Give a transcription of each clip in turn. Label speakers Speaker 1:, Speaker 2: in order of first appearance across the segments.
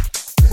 Speaker 1: we're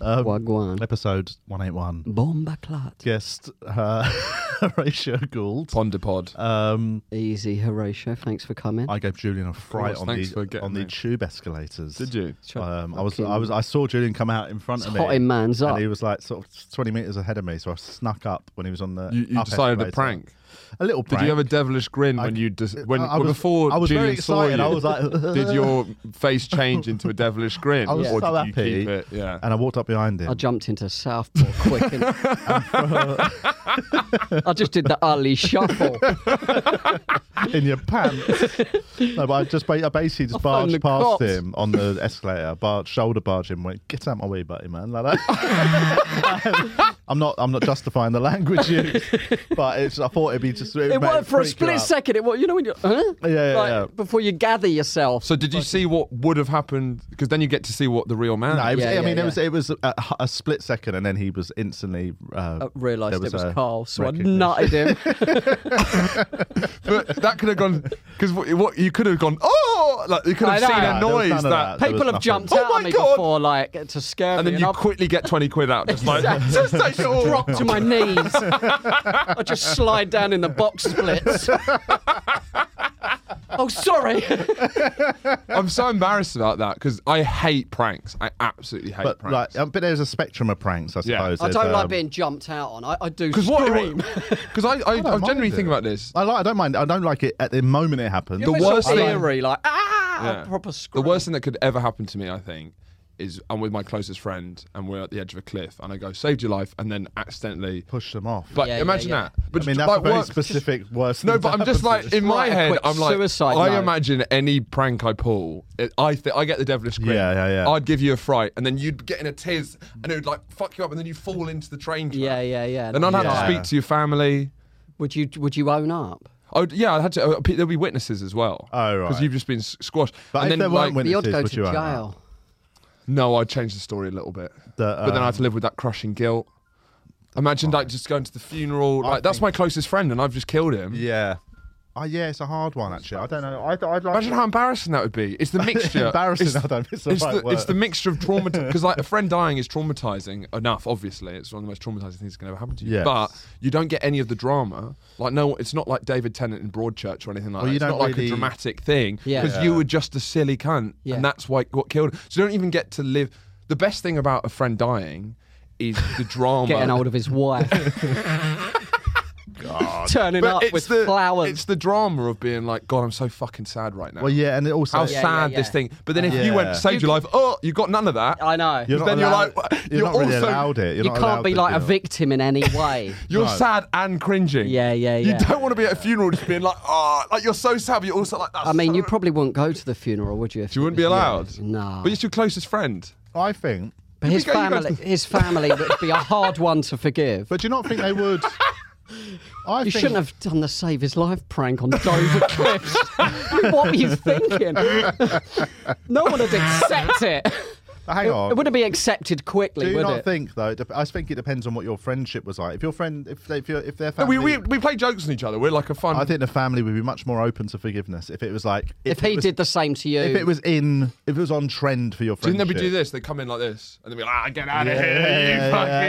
Speaker 2: Um,
Speaker 3: Wagwan.
Speaker 2: Episode 181.
Speaker 3: Bomba clot.
Speaker 2: Guest uh, Horatio Gould.
Speaker 4: Ponderpod.
Speaker 2: Um,
Speaker 3: Easy, Horatio. Thanks for coming.
Speaker 2: I gave Julian a fright
Speaker 4: course,
Speaker 2: on
Speaker 4: thanks for
Speaker 2: the
Speaker 4: getting
Speaker 2: on the
Speaker 4: me.
Speaker 2: tube escalators.
Speaker 4: Did you?
Speaker 2: Um, I was,
Speaker 3: Fucking-
Speaker 2: I was, I saw Julian come out in front
Speaker 3: It's
Speaker 2: of me.
Speaker 3: hot in man's
Speaker 2: and
Speaker 3: up.
Speaker 2: he was like sort of twenty meters ahead of me, so I snuck up when he was on the.
Speaker 4: You, you
Speaker 2: up
Speaker 4: decided to
Speaker 2: escalator.
Speaker 4: prank.
Speaker 2: A little
Speaker 4: Did
Speaker 2: prank.
Speaker 4: you have a devilish grin when
Speaker 2: I-
Speaker 4: you dis- when
Speaker 2: I- I
Speaker 4: well,
Speaker 2: was-
Speaker 4: before
Speaker 2: I was
Speaker 4: Julian
Speaker 2: very excited.
Speaker 4: saw
Speaker 2: I
Speaker 4: you?
Speaker 2: was like,
Speaker 4: did your face change into a devilish grin,
Speaker 2: I was
Speaker 4: or
Speaker 2: so
Speaker 4: did you
Speaker 2: happy. Uh,
Speaker 4: keep it? Yeah.
Speaker 2: And I walked up behind him.
Speaker 3: I jumped into Southport quick. And I just did the Ali shuffle.
Speaker 2: in your pants. no, but I just ba- I basically just
Speaker 3: I phoned the
Speaker 2: barged past
Speaker 3: cops.
Speaker 2: him on the escalator, barged, shoulder barged him, went, "Get out my way, buddy, man!" Like that. I'm not I'm not justifying the language used, but it's, I thought it'd be just
Speaker 3: It
Speaker 2: might
Speaker 3: worked for a
Speaker 2: freak you
Speaker 3: split
Speaker 2: out.
Speaker 3: second. It wa- you know when you huh?
Speaker 2: Yeah, yeah,
Speaker 3: Like,
Speaker 2: yeah.
Speaker 3: Before you gather yourself.
Speaker 4: So did you see what would have happened? Because then you get to see what the real man.
Speaker 2: No, it was,
Speaker 3: Yeah,
Speaker 2: I
Speaker 3: yeah,
Speaker 2: mean
Speaker 3: yeah.
Speaker 2: it was it was a, a split second, and then he was instantly uh,
Speaker 3: I realised
Speaker 2: there
Speaker 3: it was
Speaker 2: a
Speaker 3: Carl, so I
Speaker 2: recognition.
Speaker 3: nutted him.
Speaker 4: but that could have gone because what, what you could have gone. Oh, like you could
Speaker 3: I
Speaker 4: have
Speaker 3: know.
Speaker 4: seen
Speaker 3: Nah,
Speaker 4: a
Speaker 2: there was
Speaker 4: noise
Speaker 2: none of
Speaker 4: that,
Speaker 2: that. There was
Speaker 3: People have
Speaker 2: nothing.
Speaker 3: jumped
Speaker 4: Oh
Speaker 3: out
Speaker 4: my
Speaker 3: at me
Speaker 4: God.
Speaker 3: before, like to scare
Speaker 4: and
Speaker 3: me.
Speaker 4: then you
Speaker 3: I've
Speaker 4: quickly get twenty quid out. Just like just take it all.
Speaker 3: dropped to my knees. I just slide down in the box splits. oh, sorry.
Speaker 4: I'm so embarrassed about that because I hate pranks. I absolutely hate
Speaker 2: But
Speaker 4: pranks.
Speaker 2: like, um, but there's a spectrum of pranks, I
Speaker 4: Yeah.
Speaker 2: suppose.
Speaker 3: I
Speaker 2: There's,
Speaker 3: don't like
Speaker 2: um,
Speaker 3: being jumped out on. I, I do
Speaker 4: Because
Speaker 3: scream.
Speaker 4: what? Because I, I, I,
Speaker 2: don't
Speaker 4: generally
Speaker 2: mind
Speaker 4: think
Speaker 2: it.
Speaker 4: about this.
Speaker 2: I like. I don't mind. I don't like it at the moment it happens.
Speaker 4: The
Speaker 3: If it's all
Speaker 4: worst thing-
Speaker 3: eerie, like ah,
Speaker 4: Yeah.
Speaker 3: a proper
Speaker 4: The
Speaker 3: scream.
Speaker 4: worst thing that could ever happen to me, I think, is I'm with my closest friend and we're at the edge of a cliff, and I go, "Saved your life," and then accidentally.
Speaker 2: push them off.
Speaker 4: But
Speaker 3: Yeah, yeah,
Speaker 4: imagine
Speaker 3: yeah.
Speaker 4: that. But
Speaker 2: I mean,
Speaker 4: j-
Speaker 2: that's
Speaker 4: like,
Speaker 2: a very
Speaker 4: work-
Speaker 2: specific worst.
Speaker 4: No,
Speaker 2: thing
Speaker 4: but
Speaker 2: to
Speaker 4: I'm just
Speaker 2: happen.
Speaker 4: like in my
Speaker 3: Write a
Speaker 4: head.
Speaker 3: quick
Speaker 4: I'm like,
Speaker 3: suicide
Speaker 4: I
Speaker 3: note.
Speaker 4: imagine any prank I pull, it, I th- I get the devilish grin.
Speaker 2: Yeah, yeah, yeah.
Speaker 4: I'd give you a fright, and then you'd get in a tiz, and it would like fuck you up, and then you fall into the train trap.
Speaker 3: Yeah, yeah, yeah.
Speaker 4: Then I'd have
Speaker 2: Yeah.
Speaker 4: to speak to your family.
Speaker 3: Would you would you own up?
Speaker 4: I would, yeah, I had to. Uh, pe- there'll be witnesses as well.
Speaker 2: Oh, right.
Speaker 4: Because you've just been s- squashed.
Speaker 2: But if
Speaker 4: and
Speaker 2: there
Speaker 4: then, like,
Speaker 2: weren't
Speaker 3: The odd
Speaker 2: Witnesses,
Speaker 3: go to
Speaker 2: would you own
Speaker 3: jail.
Speaker 4: no, I changed the story a little bit.
Speaker 2: That,
Speaker 4: but then I had
Speaker 2: um, Oh.
Speaker 4: to live with that crushing guilt. Imagine like just going to the funeral.
Speaker 2: I
Speaker 4: Like that's
Speaker 2: think-
Speaker 4: my closest friend, and I've just killed him.
Speaker 2: Yeah. Oh, yeah, it's a hard one actually. I don't know. I, I'd like.
Speaker 4: Imagine how embarrassing that would be. It's the mixture.
Speaker 2: Embarrassing,
Speaker 4: It's,
Speaker 2: I don't think it's the
Speaker 4: it's,
Speaker 2: right
Speaker 4: the, it's
Speaker 2: word.
Speaker 4: the mixture of trauma. Because like a friend dying is traumatizing enough. Obviously, it's one of the most traumatizing things that can ever happen to you.
Speaker 2: Yes.
Speaker 4: But you don't get any of the drama. Like no, it's not like David Tennant in Broadchurch or anything like
Speaker 2: Well,
Speaker 4: that.
Speaker 2: you
Speaker 4: It's
Speaker 2: don't
Speaker 4: not like
Speaker 2: really-
Speaker 4: a dramatic thing.
Speaker 3: Yeah.
Speaker 4: Because you were just a silly cunt,
Speaker 3: Yeah.
Speaker 4: and that's why what killed. So you don't even get to live. The best thing about a friend dying is the drama.
Speaker 3: Getting hold of his wife. Turning up with flowers.
Speaker 4: It's the drama of being like, God, I'm so fucking sad right now.
Speaker 2: Well, yeah, and it also.
Speaker 4: How
Speaker 3: Yeah,
Speaker 4: sad
Speaker 3: yeah,
Speaker 4: this
Speaker 3: yeah.
Speaker 4: thing. But then if you
Speaker 2: Yeah.
Speaker 4: went saved your life, oh, you got none of that.
Speaker 3: I know.
Speaker 2: You're
Speaker 3: You're
Speaker 2: not
Speaker 4: then you're
Speaker 2: allowed-
Speaker 4: like,
Speaker 2: you're,
Speaker 4: you're
Speaker 2: not really
Speaker 4: also-
Speaker 2: allowed it. You're
Speaker 3: you
Speaker 2: not
Speaker 3: can not
Speaker 2: allowed
Speaker 3: be
Speaker 2: to
Speaker 3: like
Speaker 2: do
Speaker 3: a
Speaker 2: it.
Speaker 3: victim in any way.
Speaker 4: You're
Speaker 2: No.
Speaker 4: sad and cringing.
Speaker 3: Yeah, yeah,
Speaker 4: You
Speaker 3: yeah.
Speaker 4: don't want to be at a funeral just being like, oh, like you're so sad, but you're also like that.
Speaker 3: I mean, you probably wouldn't go to the funeral, would you? If
Speaker 4: You wouldn't be
Speaker 3: yeah.
Speaker 4: allowed.
Speaker 3: No.
Speaker 4: But it's your closest friend.
Speaker 2: I think,
Speaker 3: But his
Speaker 4: You go- you go
Speaker 3: family, his family would be a hard one to forgive.
Speaker 2: but do you not think they would? I
Speaker 3: you
Speaker 2: think,
Speaker 3: shouldn't have done the save his life prank on Dover Cliffs. what were you thinking? no one would accept it.
Speaker 2: Hang on.
Speaker 3: It wouldn't be accepted quickly,
Speaker 2: do you
Speaker 3: would
Speaker 2: not
Speaker 3: it?
Speaker 2: think though? dep- I think it depends on what your friendship was like. If your friend, if they, if, your- if their
Speaker 4: No,
Speaker 2: family,
Speaker 4: we, we, we play jokes on each other. We're like a fun.
Speaker 2: I think the family would be much more open to forgiveness if it was like
Speaker 3: if
Speaker 2: it
Speaker 3: he
Speaker 2: was-
Speaker 3: did the same to you,
Speaker 2: if it was in, if it was on trend for your
Speaker 4: Didn't
Speaker 2: friendship.
Speaker 4: they be do this? They come in like this, and they'd be like, "Ah, get out of
Speaker 2: Yeah,
Speaker 4: here,
Speaker 2: yeah,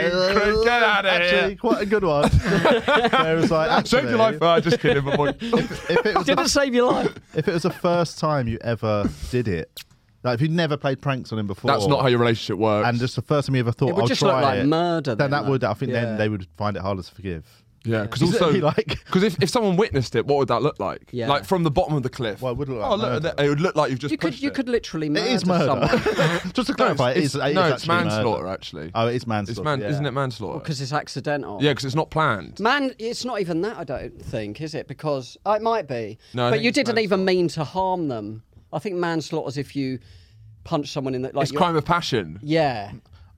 Speaker 4: you
Speaker 2: yeah,
Speaker 4: fucking
Speaker 2: yeah.
Speaker 4: creep, get out of
Speaker 2: actually,
Speaker 4: here."
Speaker 2: quite a good one. Where it was like,
Speaker 4: Saved your
Speaker 2: actually,
Speaker 4: life. Ah, just kidding, my boy.
Speaker 2: If it was
Speaker 3: did
Speaker 2: a
Speaker 3: it save your life?
Speaker 2: If it was the first time you ever did it, like if you'd never played pranks on him before,
Speaker 4: That's not how your relationship works.
Speaker 2: and just the first time you ever thought,
Speaker 3: It would
Speaker 2: I'll
Speaker 3: just
Speaker 2: try
Speaker 3: look like
Speaker 2: it,
Speaker 3: murder
Speaker 2: Then
Speaker 3: then,
Speaker 2: that
Speaker 3: like,
Speaker 2: would, I think,
Speaker 3: yeah.
Speaker 2: then they would find it harder to forgive.
Speaker 4: Yeah, because
Speaker 2: Is it
Speaker 4: also,
Speaker 2: really like-
Speaker 4: because if, if someone witnessed it, what would that look like?
Speaker 3: Yeah.
Speaker 4: like from the bottom of the cliff.
Speaker 2: Well, it would look like
Speaker 4: oh, look, at
Speaker 2: murder.
Speaker 4: that. it would look like you've just
Speaker 3: You could,
Speaker 4: pushed
Speaker 3: you
Speaker 4: it.
Speaker 3: could literally
Speaker 2: It
Speaker 3: murder,
Speaker 2: is murder.
Speaker 3: someone
Speaker 2: Just to
Speaker 4: No,
Speaker 2: clarify, it
Speaker 4: it's,
Speaker 2: is. it is
Speaker 4: no, it's
Speaker 2: actually murder.
Speaker 4: manslaughter actually.
Speaker 2: Oh, it is manslaughter.
Speaker 4: it's man,
Speaker 2: yeah.
Speaker 4: isn't it manslaughter?
Speaker 3: because it's accidental.
Speaker 4: yeah, because it's not planned.
Speaker 3: Man, it's not even that. I don't think is it because oh, it might be.
Speaker 4: No, I
Speaker 3: but
Speaker 4: think
Speaker 3: you
Speaker 4: it's
Speaker 3: didn't even mean to harm them. I think manslaughter's if you punch someone in the like.
Speaker 4: It's
Speaker 3: you're-
Speaker 4: crime of passion.
Speaker 3: Yeah.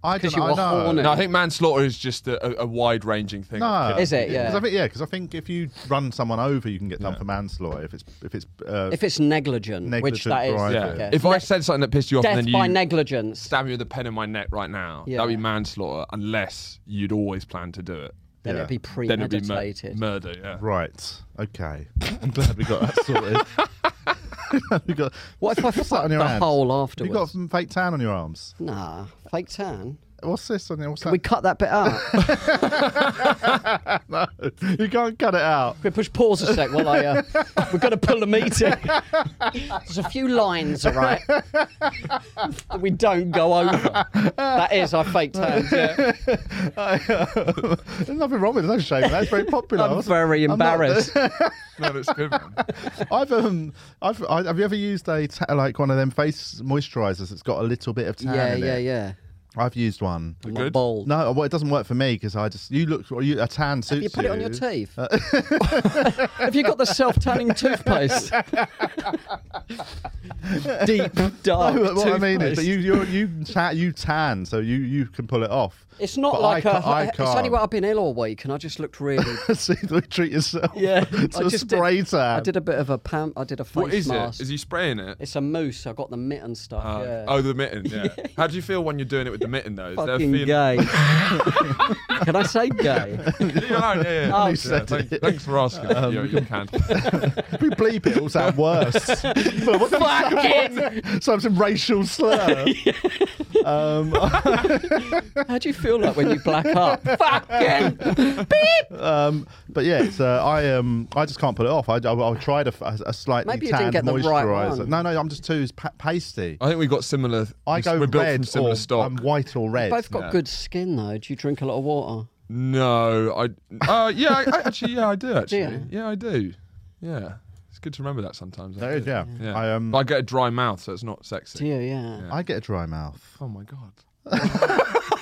Speaker 2: I
Speaker 3: 'Cause
Speaker 2: don't
Speaker 3: you
Speaker 2: I
Speaker 3: were
Speaker 2: know.
Speaker 3: horny.
Speaker 4: No, I think manslaughter is just a, a, a wide-ranging thing.
Speaker 2: No,
Speaker 3: Is it? Yeah.
Speaker 2: 'Cause I think yeah, because I think if you run someone over, you can get done for manslaughter. If it's if it's uh,
Speaker 3: If it's negligent, which
Speaker 2: Negligent
Speaker 3: that is.
Speaker 2: driving.
Speaker 4: Yeah.
Speaker 3: okay.
Speaker 4: If I said something that pissed you off, and
Speaker 3: Death
Speaker 4: then
Speaker 3: by
Speaker 4: you
Speaker 3: negligence.
Speaker 4: stab me with a pen in my neck right now,
Speaker 3: Yeah.
Speaker 4: that'd be manslaughter, unless you'd always planned to do it.
Speaker 3: then
Speaker 2: yeah.
Speaker 3: it'd be
Speaker 4: Then it'd be mur-
Speaker 3: premeditated.
Speaker 4: murder. Yeah.
Speaker 2: right, okay. I'm glad we got that sorted. we got.
Speaker 3: what if I
Speaker 2: what's that
Speaker 3: fucked
Speaker 2: on your
Speaker 3: the
Speaker 2: hands?
Speaker 3: hole
Speaker 2: You got
Speaker 3: afterwards?
Speaker 2: some fake tan on your arms.
Speaker 3: Nah, fake tan.
Speaker 2: What's this on your? What's
Speaker 3: We cut that bit out. Can
Speaker 2: that? No, you can't cut it out.
Speaker 3: we push pause a sec while I. Uh, we've got to pull a meeting. There's a few lines, all right, that we don't go over. That is our fake tan. Yeah.
Speaker 2: There's nothing wrong with it. No shame. That's very popular.
Speaker 3: I'm
Speaker 2: What's-
Speaker 3: very
Speaker 2: I'm not-
Speaker 3: embarrassed.
Speaker 4: No, that's good. Man.
Speaker 2: I've um, I've I, have you ever used a ta- like one of them face moisturisers that's got a little bit of tan?
Speaker 3: yeah,
Speaker 2: in
Speaker 3: yeah,
Speaker 2: it?
Speaker 3: yeah.
Speaker 2: I've used one.
Speaker 3: I'm
Speaker 4: Good.
Speaker 3: not bald.
Speaker 2: No, uh, well, it doesn't work for me because I just you look or you a tan suits
Speaker 3: Have you put it on your
Speaker 2: you.
Speaker 3: teeth? Have you got the self-tanning toothpaste? Deep dark.
Speaker 2: No, what I mean is
Speaker 3: toothpaste.
Speaker 2: that you you you tan, you tan, so you you can pull it off.
Speaker 3: It's not
Speaker 2: But
Speaker 3: like
Speaker 2: I,
Speaker 3: a.
Speaker 2: ca- I
Speaker 3: it's
Speaker 2: can't.
Speaker 3: only when I've been ill all week, and I just looked really.
Speaker 2: See, the way you treat yourself.
Speaker 3: Yeah,
Speaker 2: to
Speaker 3: I
Speaker 2: a
Speaker 3: just did-
Speaker 2: spray tan.
Speaker 3: I did a bit of a pam. I did a face
Speaker 4: What is
Speaker 3: mask.
Speaker 4: it? Is he spraying it?
Speaker 3: It's a moose. I got the mitten stuff.
Speaker 4: Uh,
Speaker 3: yeah.
Speaker 4: Oh, the mitten. Yeah. How do you feel when you're doing it with the mitten though? Is there a
Speaker 3: fucking
Speaker 4: feeling-
Speaker 3: gay. Can I say gay?
Speaker 4: Leave it alone, Yeah, yeah.
Speaker 3: Oh.
Speaker 4: Yeah,
Speaker 2: said
Speaker 4: thank-
Speaker 2: it.
Speaker 4: Thanks for asking.
Speaker 2: Um,
Speaker 4: yeah, you can.
Speaker 2: we bleep it, it'll sound worse. But what the
Speaker 3: Fucking.
Speaker 2: Some, some racial slur. um,
Speaker 3: How do you feel like when you black up? Fucking.
Speaker 2: um, but yeah, it's, uh, I um, I just can't put it off. I, I, I tried a, a, a slightly
Speaker 3: Maybe you didn't
Speaker 2: tanned
Speaker 3: get the right
Speaker 2: moisturizer.
Speaker 3: one.
Speaker 2: no, no, I'm just too pa- pasty.
Speaker 4: I think we got similar.
Speaker 2: I go
Speaker 4: we're built from
Speaker 2: red
Speaker 4: similar
Speaker 2: or
Speaker 4: stock.
Speaker 2: I'm white or red.
Speaker 3: Both got
Speaker 4: Yeah.
Speaker 3: good skin though. Do you drink a lot of water?
Speaker 4: No, I. Uh, yeah, I, I actually, yeah, I do actually. Yeah.
Speaker 3: you?
Speaker 4: I do. Yeah, it's good to remember that sometimes. I
Speaker 2: There is,
Speaker 4: do.
Speaker 2: yeah.
Speaker 4: Yeah.
Speaker 2: I um,
Speaker 4: But I get a dry mouth, so it's not
Speaker 3: Do
Speaker 4: sexy.
Speaker 3: you? Yeah.
Speaker 2: I get a dry mouth.
Speaker 4: Oh my god.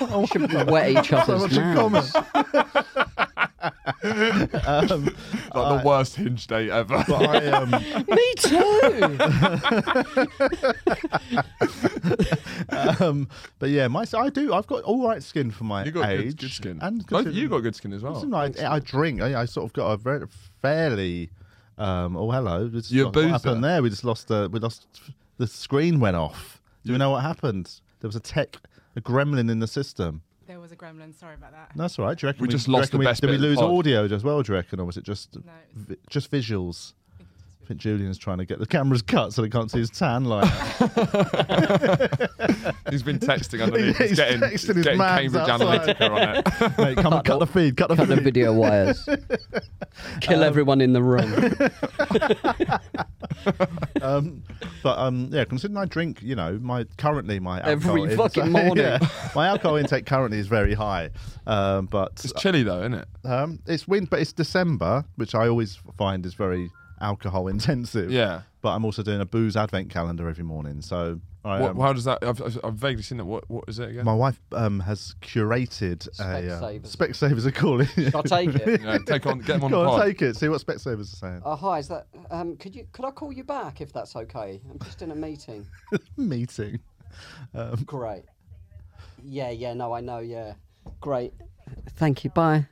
Speaker 3: Wet each other's
Speaker 2: much in
Speaker 3: mouths.
Speaker 2: Um,
Speaker 4: Like the worst hinge day ever.
Speaker 2: but I um,
Speaker 3: Me too.
Speaker 2: um, but yeah, my I do. I've got all right skin for my
Speaker 4: you got
Speaker 2: age.
Speaker 4: good, good skin.
Speaker 2: and
Speaker 4: Both of
Speaker 2: consider-
Speaker 4: you got good skin as well.
Speaker 2: considering I, I drink. I, I sort of got a very, fairly. Um, oh hello! We just
Speaker 4: You're a
Speaker 2: what happened
Speaker 4: boozer.
Speaker 2: there? We just lost the. We lost the screen went off. Do we know what happened? There was a tech, a gremlin in the system.
Speaker 5: There was a gremlin. Sorry about that.
Speaker 2: That's all right. Do you reckon
Speaker 4: We
Speaker 2: we
Speaker 4: just
Speaker 2: do you
Speaker 4: lost
Speaker 2: reckon
Speaker 4: the
Speaker 2: we-
Speaker 4: best
Speaker 2: Did we
Speaker 4: bit of the
Speaker 2: lose
Speaker 4: pod.
Speaker 2: audio as well? Do you reckon, or was it just
Speaker 5: No, it was
Speaker 2: vi- just visuals?
Speaker 5: I think it's
Speaker 2: I think Julian's trying to get the cameras cut so they can't see his tan line.
Speaker 4: He's been texting underneath.
Speaker 2: Yeah,
Speaker 4: he's,
Speaker 2: he's
Speaker 4: getting,
Speaker 2: texting
Speaker 4: he's
Speaker 2: his
Speaker 4: getting
Speaker 2: mans
Speaker 4: Cambridge
Speaker 2: outside.
Speaker 4: Analytica on it.
Speaker 2: Mate, come and cut the feed. Cut the
Speaker 3: Cut the
Speaker 2: feed.
Speaker 3: video wires. Kill everyone in the room.
Speaker 2: Um, but um, yeah, considering I drink, you know, my currently my alcohol
Speaker 3: Every fucking
Speaker 2: intake-
Speaker 3: morning.
Speaker 2: my alcohol intake currently is very high. Um, but
Speaker 4: It's chilly though, isn't it?
Speaker 2: um, it's wind, but it's December, which I always find is very alcohol intensive.
Speaker 4: Yeah.
Speaker 2: But I'm also doing a booze advent calendar every morning, so I,
Speaker 4: What,
Speaker 2: um,
Speaker 4: how does that? I've, I've, I've vaguely seen that. What what is it again?
Speaker 2: my wife um, has curated a uh,
Speaker 3: Specsavers.
Speaker 2: Specsavers are calling.
Speaker 3: I'll take it.
Speaker 4: Yeah, take on, get him on
Speaker 2: Go
Speaker 4: the
Speaker 2: on,
Speaker 4: pod.
Speaker 2: take it. See what Specsavers are saying.
Speaker 3: Uh, hi, is that? Um, could you? Could I call you back if that's okay? I'm just in a meeting.
Speaker 2: Meeting.
Speaker 3: Great. Yeah, yeah, no, I know, yeah. Great. Thank you. Bye.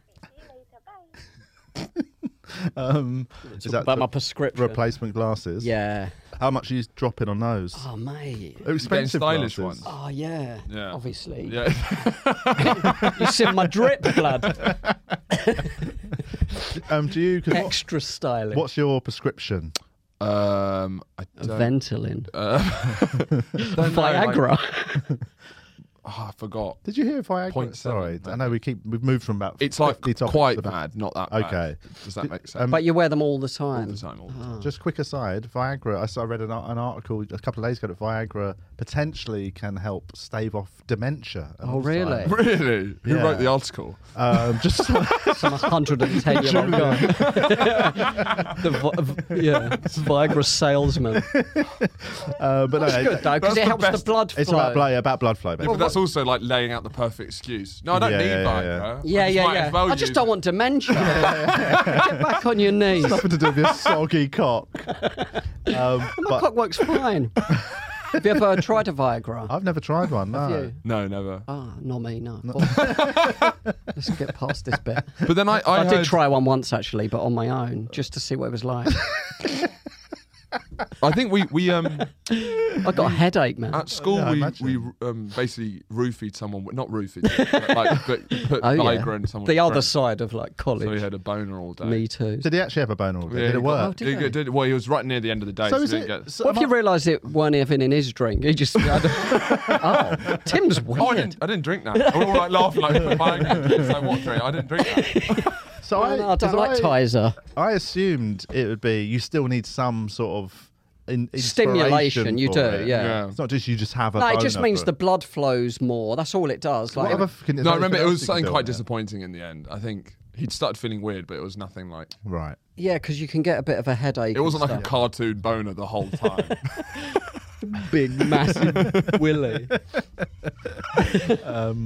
Speaker 2: Um, is that
Speaker 3: about
Speaker 2: the
Speaker 3: my prescription.
Speaker 2: replacement glasses?
Speaker 3: Yeah.
Speaker 2: How much are you dropping on those?
Speaker 3: Oh, mate.
Speaker 2: They're expensive
Speaker 4: stylish
Speaker 2: glasses.
Speaker 4: ones.
Speaker 3: Oh, yeah.
Speaker 4: Yeah.
Speaker 3: Obviously.
Speaker 4: Yeah.
Speaker 3: You seen my drip, blood.
Speaker 2: Um, do you? Cause what,
Speaker 3: Extra stylish.
Speaker 2: what's your prescription?
Speaker 4: Um, I don't,
Speaker 3: Ventolin.
Speaker 4: don't know, like-
Speaker 3: Viagra.
Speaker 4: oh, I forgot.
Speaker 2: Did you hear Viagra?
Speaker 4: Point
Speaker 2: Sorry,
Speaker 4: seven,
Speaker 2: I know we keep we've moved from about.
Speaker 4: It's like
Speaker 2: 50 topics
Speaker 4: quite
Speaker 2: to about-
Speaker 4: bad, not that bad.
Speaker 2: Okay.
Speaker 4: Does that make sense?
Speaker 2: Um, Ah.
Speaker 3: but you wear them all the
Speaker 4: all
Speaker 3: time.
Speaker 4: the time, all the time.
Speaker 2: Just quick aside, Viagra. I, saw, I read an, ar- an article a couple of days ago that Viagra potentially can help stave off dementia. and
Speaker 3: Oh, really?
Speaker 2: Alzheimer's.
Speaker 4: Really? Who
Speaker 2: Yeah.
Speaker 4: wrote the article?
Speaker 2: Um, just
Speaker 3: Some 110 year old guy. the vi- v- yeah, Viagra salesman.
Speaker 2: uh, but no,
Speaker 3: It's good
Speaker 2: it-
Speaker 3: though because
Speaker 4: the
Speaker 3: it helps
Speaker 4: best-
Speaker 3: the blood flow.
Speaker 2: it's about blood, about blood flow.
Speaker 4: But
Speaker 2: Basically.
Speaker 4: that's also like laying out the perfect excuse. No, I don't
Speaker 2: Yeah,
Speaker 4: need
Speaker 2: yeah, yeah, yeah.
Speaker 4: Viagra.
Speaker 3: Yeah,
Speaker 4: I just
Speaker 3: yeah,
Speaker 4: might
Speaker 3: yeah.
Speaker 4: as well
Speaker 3: I just
Speaker 4: use
Speaker 3: don't
Speaker 4: it.
Speaker 3: want dementia. Get back on your knees.
Speaker 2: Nothing to do with your soggy cock. Um,
Speaker 3: My
Speaker 2: but
Speaker 3: cock works fine. Have you ever tried a Viagra?
Speaker 2: I've never tried one. No.
Speaker 3: Have you?
Speaker 4: No, never.
Speaker 3: Ah, not me, no. Let's get past this bit.
Speaker 4: But then I, I,
Speaker 3: I, did
Speaker 4: heard-
Speaker 3: try one once actually, but on my own, just to see what it was like.
Speaker 4: I think we we um
Speaker 3: I got a headache, man.
Speaker 4: at school
Speaker 2: Yeah, I
Speaker 4: we we
Speaker 2: imagine.
Speaker 4: um basically roofied someone. Not roofied, but like but put
Speaker 3: Oh, yeah.
Speaker 4: Viagra in someone.
Speaker 3: the other side of like college.
Speaker 4: So uh, he had a boner all day.
Speaker 3: Me too.
Speaker 2: Did he actually have a boner? Or
Speaker 4: Yeah,
Speaker 2: did
Speaker 4: he
Speaker 2: it
Speaker 4: got-
Speaker 2: work?
Speaker 3: Oh, did
Speaker 4: He
Speaker 3: they?
Speaker 4: did- well, he was right near the end of the day. So,
Speaker 2: so is
Speaker 4: he
Speaker 2: it?
Speaker 4: didn't get-
Speaker 2: so
Speaker 3: What if
Speaker 2: am
Speaker 3: you
Speaker 2: I-
Speaker 3: realised it weren't even in his drink? He just. oh, Tim's weird.
Speaker 4: Oh, I didn't, I didn't drink that. We're all like laughing like we're buying it. It's like, what drink? I didn't drink that.
Speaker 2: so
Speaker 3: Oh,
Speaker 2: I,
Speaker 3: no, I don't
Speaker 2: 'cause
Speaker 3: like
Speaker 2: I,
Speaker 3: Tizer.
Speaker 2: I assumed it would be you still need some sort of in,
Speaker 3: Stimulation,
Speaker 2: inspiration
Speaker 3: you
Speaker 2: for
Speaker 3: do,
Speaker 2: it.
Speaker 3: yeah.
Speaker 4: Yeah.
Speaker 2: It's not just you just have a.
Speaker 3: No, it
Speaker 2: boner
Speaker 3: just means
Speaker 2: for
Speaker 3: the blood flows more. That's all it does. Like,
Speaker 2: Whatever fucking- there's
Speaker 4: No, I
Speaker 2: anything
Speaker 4: remember it
Speaker 2: else you
Speaker 4: was
Speaker 2: can
Speaker 4: something
Speaker 2: do
Speaker 4: quite
Speaker 2: on it.
Speaker 4: disappointing in the end. I think he'd started feeling weird, but it was nothing like.
Speaker 2: Right.
Speaker 3: yeah, because you can get a bit of a headache.
Speaker 4: It wasn't
Speaker 3: and
Speaker 4: like a cartoon boner the whole time.
Speaker 3: stuff. big, massive willy.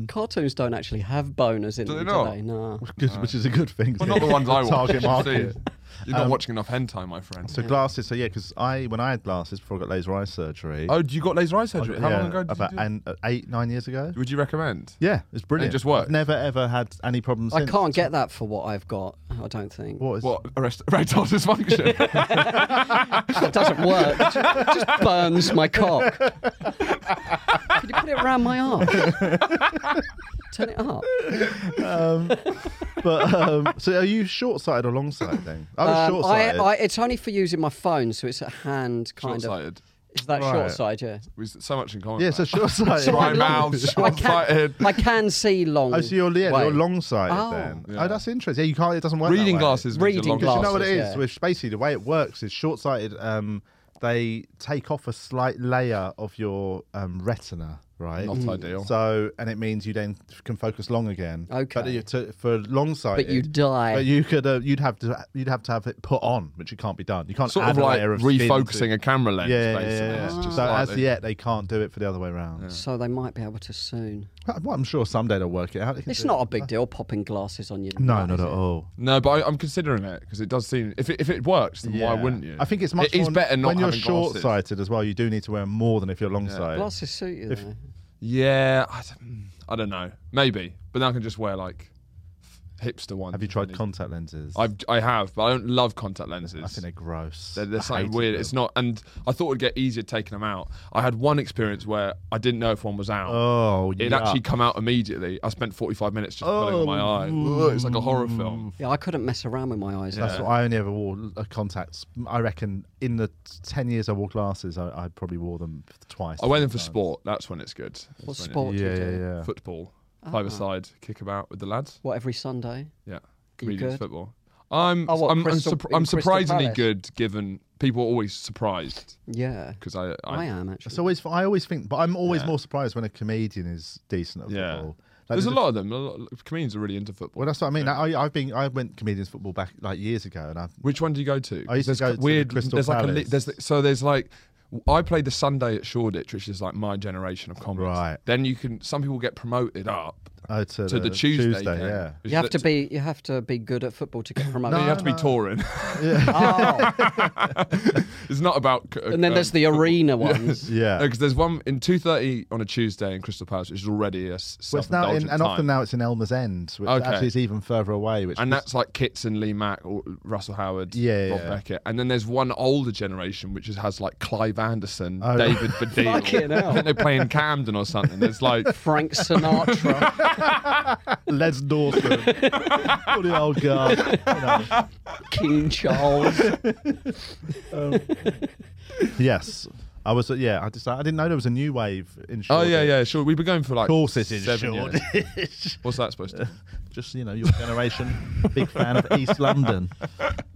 Speaker 3: Cartoons don't actually have boners in
Speaker 4: Um, Do they
Speaker 3: them,
Speaker 4: not?
Speaker 3: do they? No.
Speaker 2: Good, which is a good thing.
Speaker 4: well, not the ones I watched.
Speaker 2: Target
Speaker 4: you
Speaker 2: market.
Speaker 4: see. You're not
Speaker 2: Um,
Speaker 4: watching enough hentai, my friend.
Speaker 2: So glasses. So yeah, because I when I had glasses before I got laser eye surgery.
Speaker 4: oh, you got laser eye surgery? How
Speaker 2: yeah,
Speaker 4: long ago did
Speaker 2: about
Speaker 4: you do? it?
Speaker 2: and uh, eight nine years ago.
Speaker 4: Would you recommend?
Speaker 2: Yeah, it's brilliant.
Speaker 4: just worked?
Speaker 2: I've never ever had any problems.
Speaker 3: I
Speaker 2: since.
Speaker 3: can't get that for what I've got, I don't think.
Speaker 2: What is
Speaker 4: What arrest- erectile dysfunction?
Speaker 3: It doesn't work. It just burns my cock. Could you put it around my arm? Turn it up.
Speaker 2: But um, so are you short sighted or long sighted then? I was
Speaker 3: Um,
Speaker 2: short
Speaker 3: I,
Speaker 2: sighted.
Speaker 3: I, it's only for using my phone, so it's a hand kind of.
Speaker 4: Short-sighted.
Speaker 3: Is that
Speaker 2: Right.
Speaker 3: short side? Yeah.
Speaker 4: We've so much in common.
Speaker 2: Yeah, so
Speaker 4: man.
Speaker 2: short sighted.
Speaker 4: Dry
Speaker 3: Right
Speaker 4: mouth,
Speaker 3: I
Speaker 4: short
Speaker 3: can,
Speaker 4: sighted.
Speaker 3: I can see long.
Speaker 2: Oh, so you're, yeah,
Speaker 3: way.
Speaker 2: you're long sighted
Speaker 3: Oh.
Speaker 2: then.
Speaker 4: Yeah.
Speaker 2: Oh, that's interesting. Yeah, you can't. It doesn't work. that
Speaker 4: Reading
Speaker 2: way.
Speaker 4: glasses. means you're
Speaker 3: Reading
Speaker 4: long-
Speaker 2: Do you know what it is?
Speaker 3: Glasses, yeah.
Speaker 2: Which basically the way it works is short sighted. Um, they take off a slight layer of your um, retina, right?
Speaker 4: Not Mm. ideal.
Speaker 2: So, and it means you then can focus long again. But
Speaker 3: Okay.
Speaker 2: you to, for long sighted,
Speaker 3: But you die.
Speaker 2: But you could, uh, you'd have to, you'd have to have it put on, which you can't be done. You can't
Speaker 4: Sort
Speaker 2: add
Speaker 4: of
Speaker 2: a
Speaker 4: like
Speaker 2: layer of skin to-
Speaker 4: refocusing a camera lens.
Speaker 2: Yeah, yeah, yeah,
Speaker 4: basically.
Speaker 2: yeah.
Speaker 4: It's
Speaker 2: So
Speaker 4: just
Speaker 2: as
Speaker 4: slightly-
Speaker 2: yet, they can't do it for the other way around.
Speaker 3: So they might be able to soon.
Speaker 2: Well, I'm sure someday they'll work it out. They can
Speaker 3: It's
Speaker 2: do
Speaker 3: not
Speaker 2: it.
Speaker 3: a big deal popping glasses on your.
Speaker 2: No,
Speaker 3: nose,
Speaker 2: not
Speaker 3: is
Speaker 2: at
Speaker 3: it?
Speaker 2: all.
Speaker 4: No, but I, I'm considering it because it does seem if it, if it works, then why
Speaker 2: Yeah.
Speaker 4: wouldn't you?
Speaker 2: I think it's much.
Speaker 4: It is
Speaker 2: more-
Speaker 4: better not
Speaker 2: when you're
Speaker 4: having glasses.
Speaker 2: short-sighted as well. You do need to wear more than if you're long-sighted.
Speaker 3: Glasses suit you. though.
Speaker 4: Yeah, I, d- I don't know. Maybe, but then I can just wear like hipster ones.
Speaker 2: Have you tried contact lenses?
Speaker 4: I've I have, but I don't love contact lenses.
Speaker 2: I think they're gross.
Speaker 4: They're, they're
Speaker 2: I
Speaker 4: something
Speaker 2: hated
Speaker 4: weird.
Speaker 2: them.
Speaker 4: It's not, and I thought it'd get easier taking them out. I had one experience where I didn't know if one was out.
Speaker 2: Oh,
Speaker 4: it
Speaker 2: yuck. Oh,
Speaker 4: actually come out immediately. I spent 45 minutes just pulling on my
Speaker 3: Oh.
Speaker 4: eye. Ugh, It's like a horror film.
Speaker 3: Yeah, I couldn't mess around with my eyes.
Speaker 2: mmm. That's what I only ever wore uh, contacts. I reckon in the ten years I wore glasses, I, I probably wore them twice.
Speaker 4: I wear them for sport. That's when it's good. That's
Speaker 3: Mm. What
Speaker 4: when it-
Speaker 3: sport Ah. do
Speaker 2: Yeah,
Speaker 3: you
Speaker 2: yeah,
Speaker 3: do?
Speaker 2: yeah.
Speaker 4: Football, five aside, kick about with the lads.
Speaker 3: What every Sunday?
Speaker 4: Yeah, comedians
Speaker 3: good?
Speaker 4: football. I'm
Speaker 3: Oh, what,
Speaker 4: I'm,
Speaker 3: Crystal-
Speaker 4: I'm, surpri-
Speaker 3: in
Speaker 4: I'm
Speaker 3: Crystal
Speaker 4: surprisingly
Speaker 3: Palace?
Speaker 4: good. Given people are always surprised
Speaker 3: Oh, Yeah,
Speaker 4: because I, I,
Speaker 3: I am actually.
Speaker 2: It's always. I always think, but I'm always
Speaker 4: Yeah.
Speaker 2: more surprised when a comedian is decent at
Speaker 4: Yeah.
Speaker 2: football. Like,
Speaker 4: There's a lot of them. A lot, comedians are really into football.
Speaker 2: Well, that's what I mean. I, I've been. I went comedians football back like years ago, and I.
Speaker 4: Which one do you go to?
Speaker 2: I used to
Speaker 4: There's
Speaker 2: go
Speaker 4: c-
Speaker 2: to the
Speaker 4: weird.
Speaker 2: Crystal
Speaker 4: there's like a li-
Speaker 2: Palace.
Speaker 4: there's the- so there's like I played the Sunday at Shoreditch, which is like my generation of comedy.
Speaker 2: Right.
Speaker 4: Then you can some people get promoted up
Speaker 2: Oh, to,
Speaker 4: to the, Tuesday. game,
Speaker 2: yeah.
Speaker 4: which
Speaker 3: You have to
Speaker 4: is-
Speaker 3: be. You have to be good at football to get promoted.
Speaker 4: You have to be touring.
Speaker 3: Oh,
Speaker 4: it's not about. c-
Speaker 3: and then
Speaker 4: um,
Speaker 3: there's the arena ones.
Speaker 2: Yeah.
Speaker 4: Because there's one in 2:30 on a Tuesday in Crystal Palace, which is already a s-
Speaker 2: Well, it's now in,
Speaker 4: self-indulgent
Speaker 2: and often
Speaker 4: time.
Speaker 2: now it's in Elmer's End, which
Speaker 4: Okay.
Speaker 2: actually is even further away. Which
Speaker 4: and
Speaker 2: was-
Speaker 4: that's like Kits and Lee Mack or Russell Howard,
Speaker 2: Yeah,
Speaker 4: Rob
Speaker 2: yeah.
Speaker 4: Beckett, and then there's one older generation which is, has like Clive Anderson,
Speaker 2: Oh.
Speaker 4: David Baddiel.
Speaker 3: Fucking hell.
Speaker 4: I think they play in Camden or something. It's like
Speaker 3: Frank Sinatra.
Speaker 2: Les Dawson, all the old guard.
Speaker 3: King Charles.
Speaker 2: Um, Yes, I was. uh, Yeah, I just I didn't know there was a new wave in.
Speaker 4: Oh
Speaker 2: Shoreditch.
Speaker 4: yeah, yeah, sure. We've been going for like
Speaker 2: Of course, it is
Speaker 4: seven years.
Speaker 2: Shoreditch.
Speaker 4: What's that supposed to? be?
Speaker 2: just you know, your generation, big fan of East London.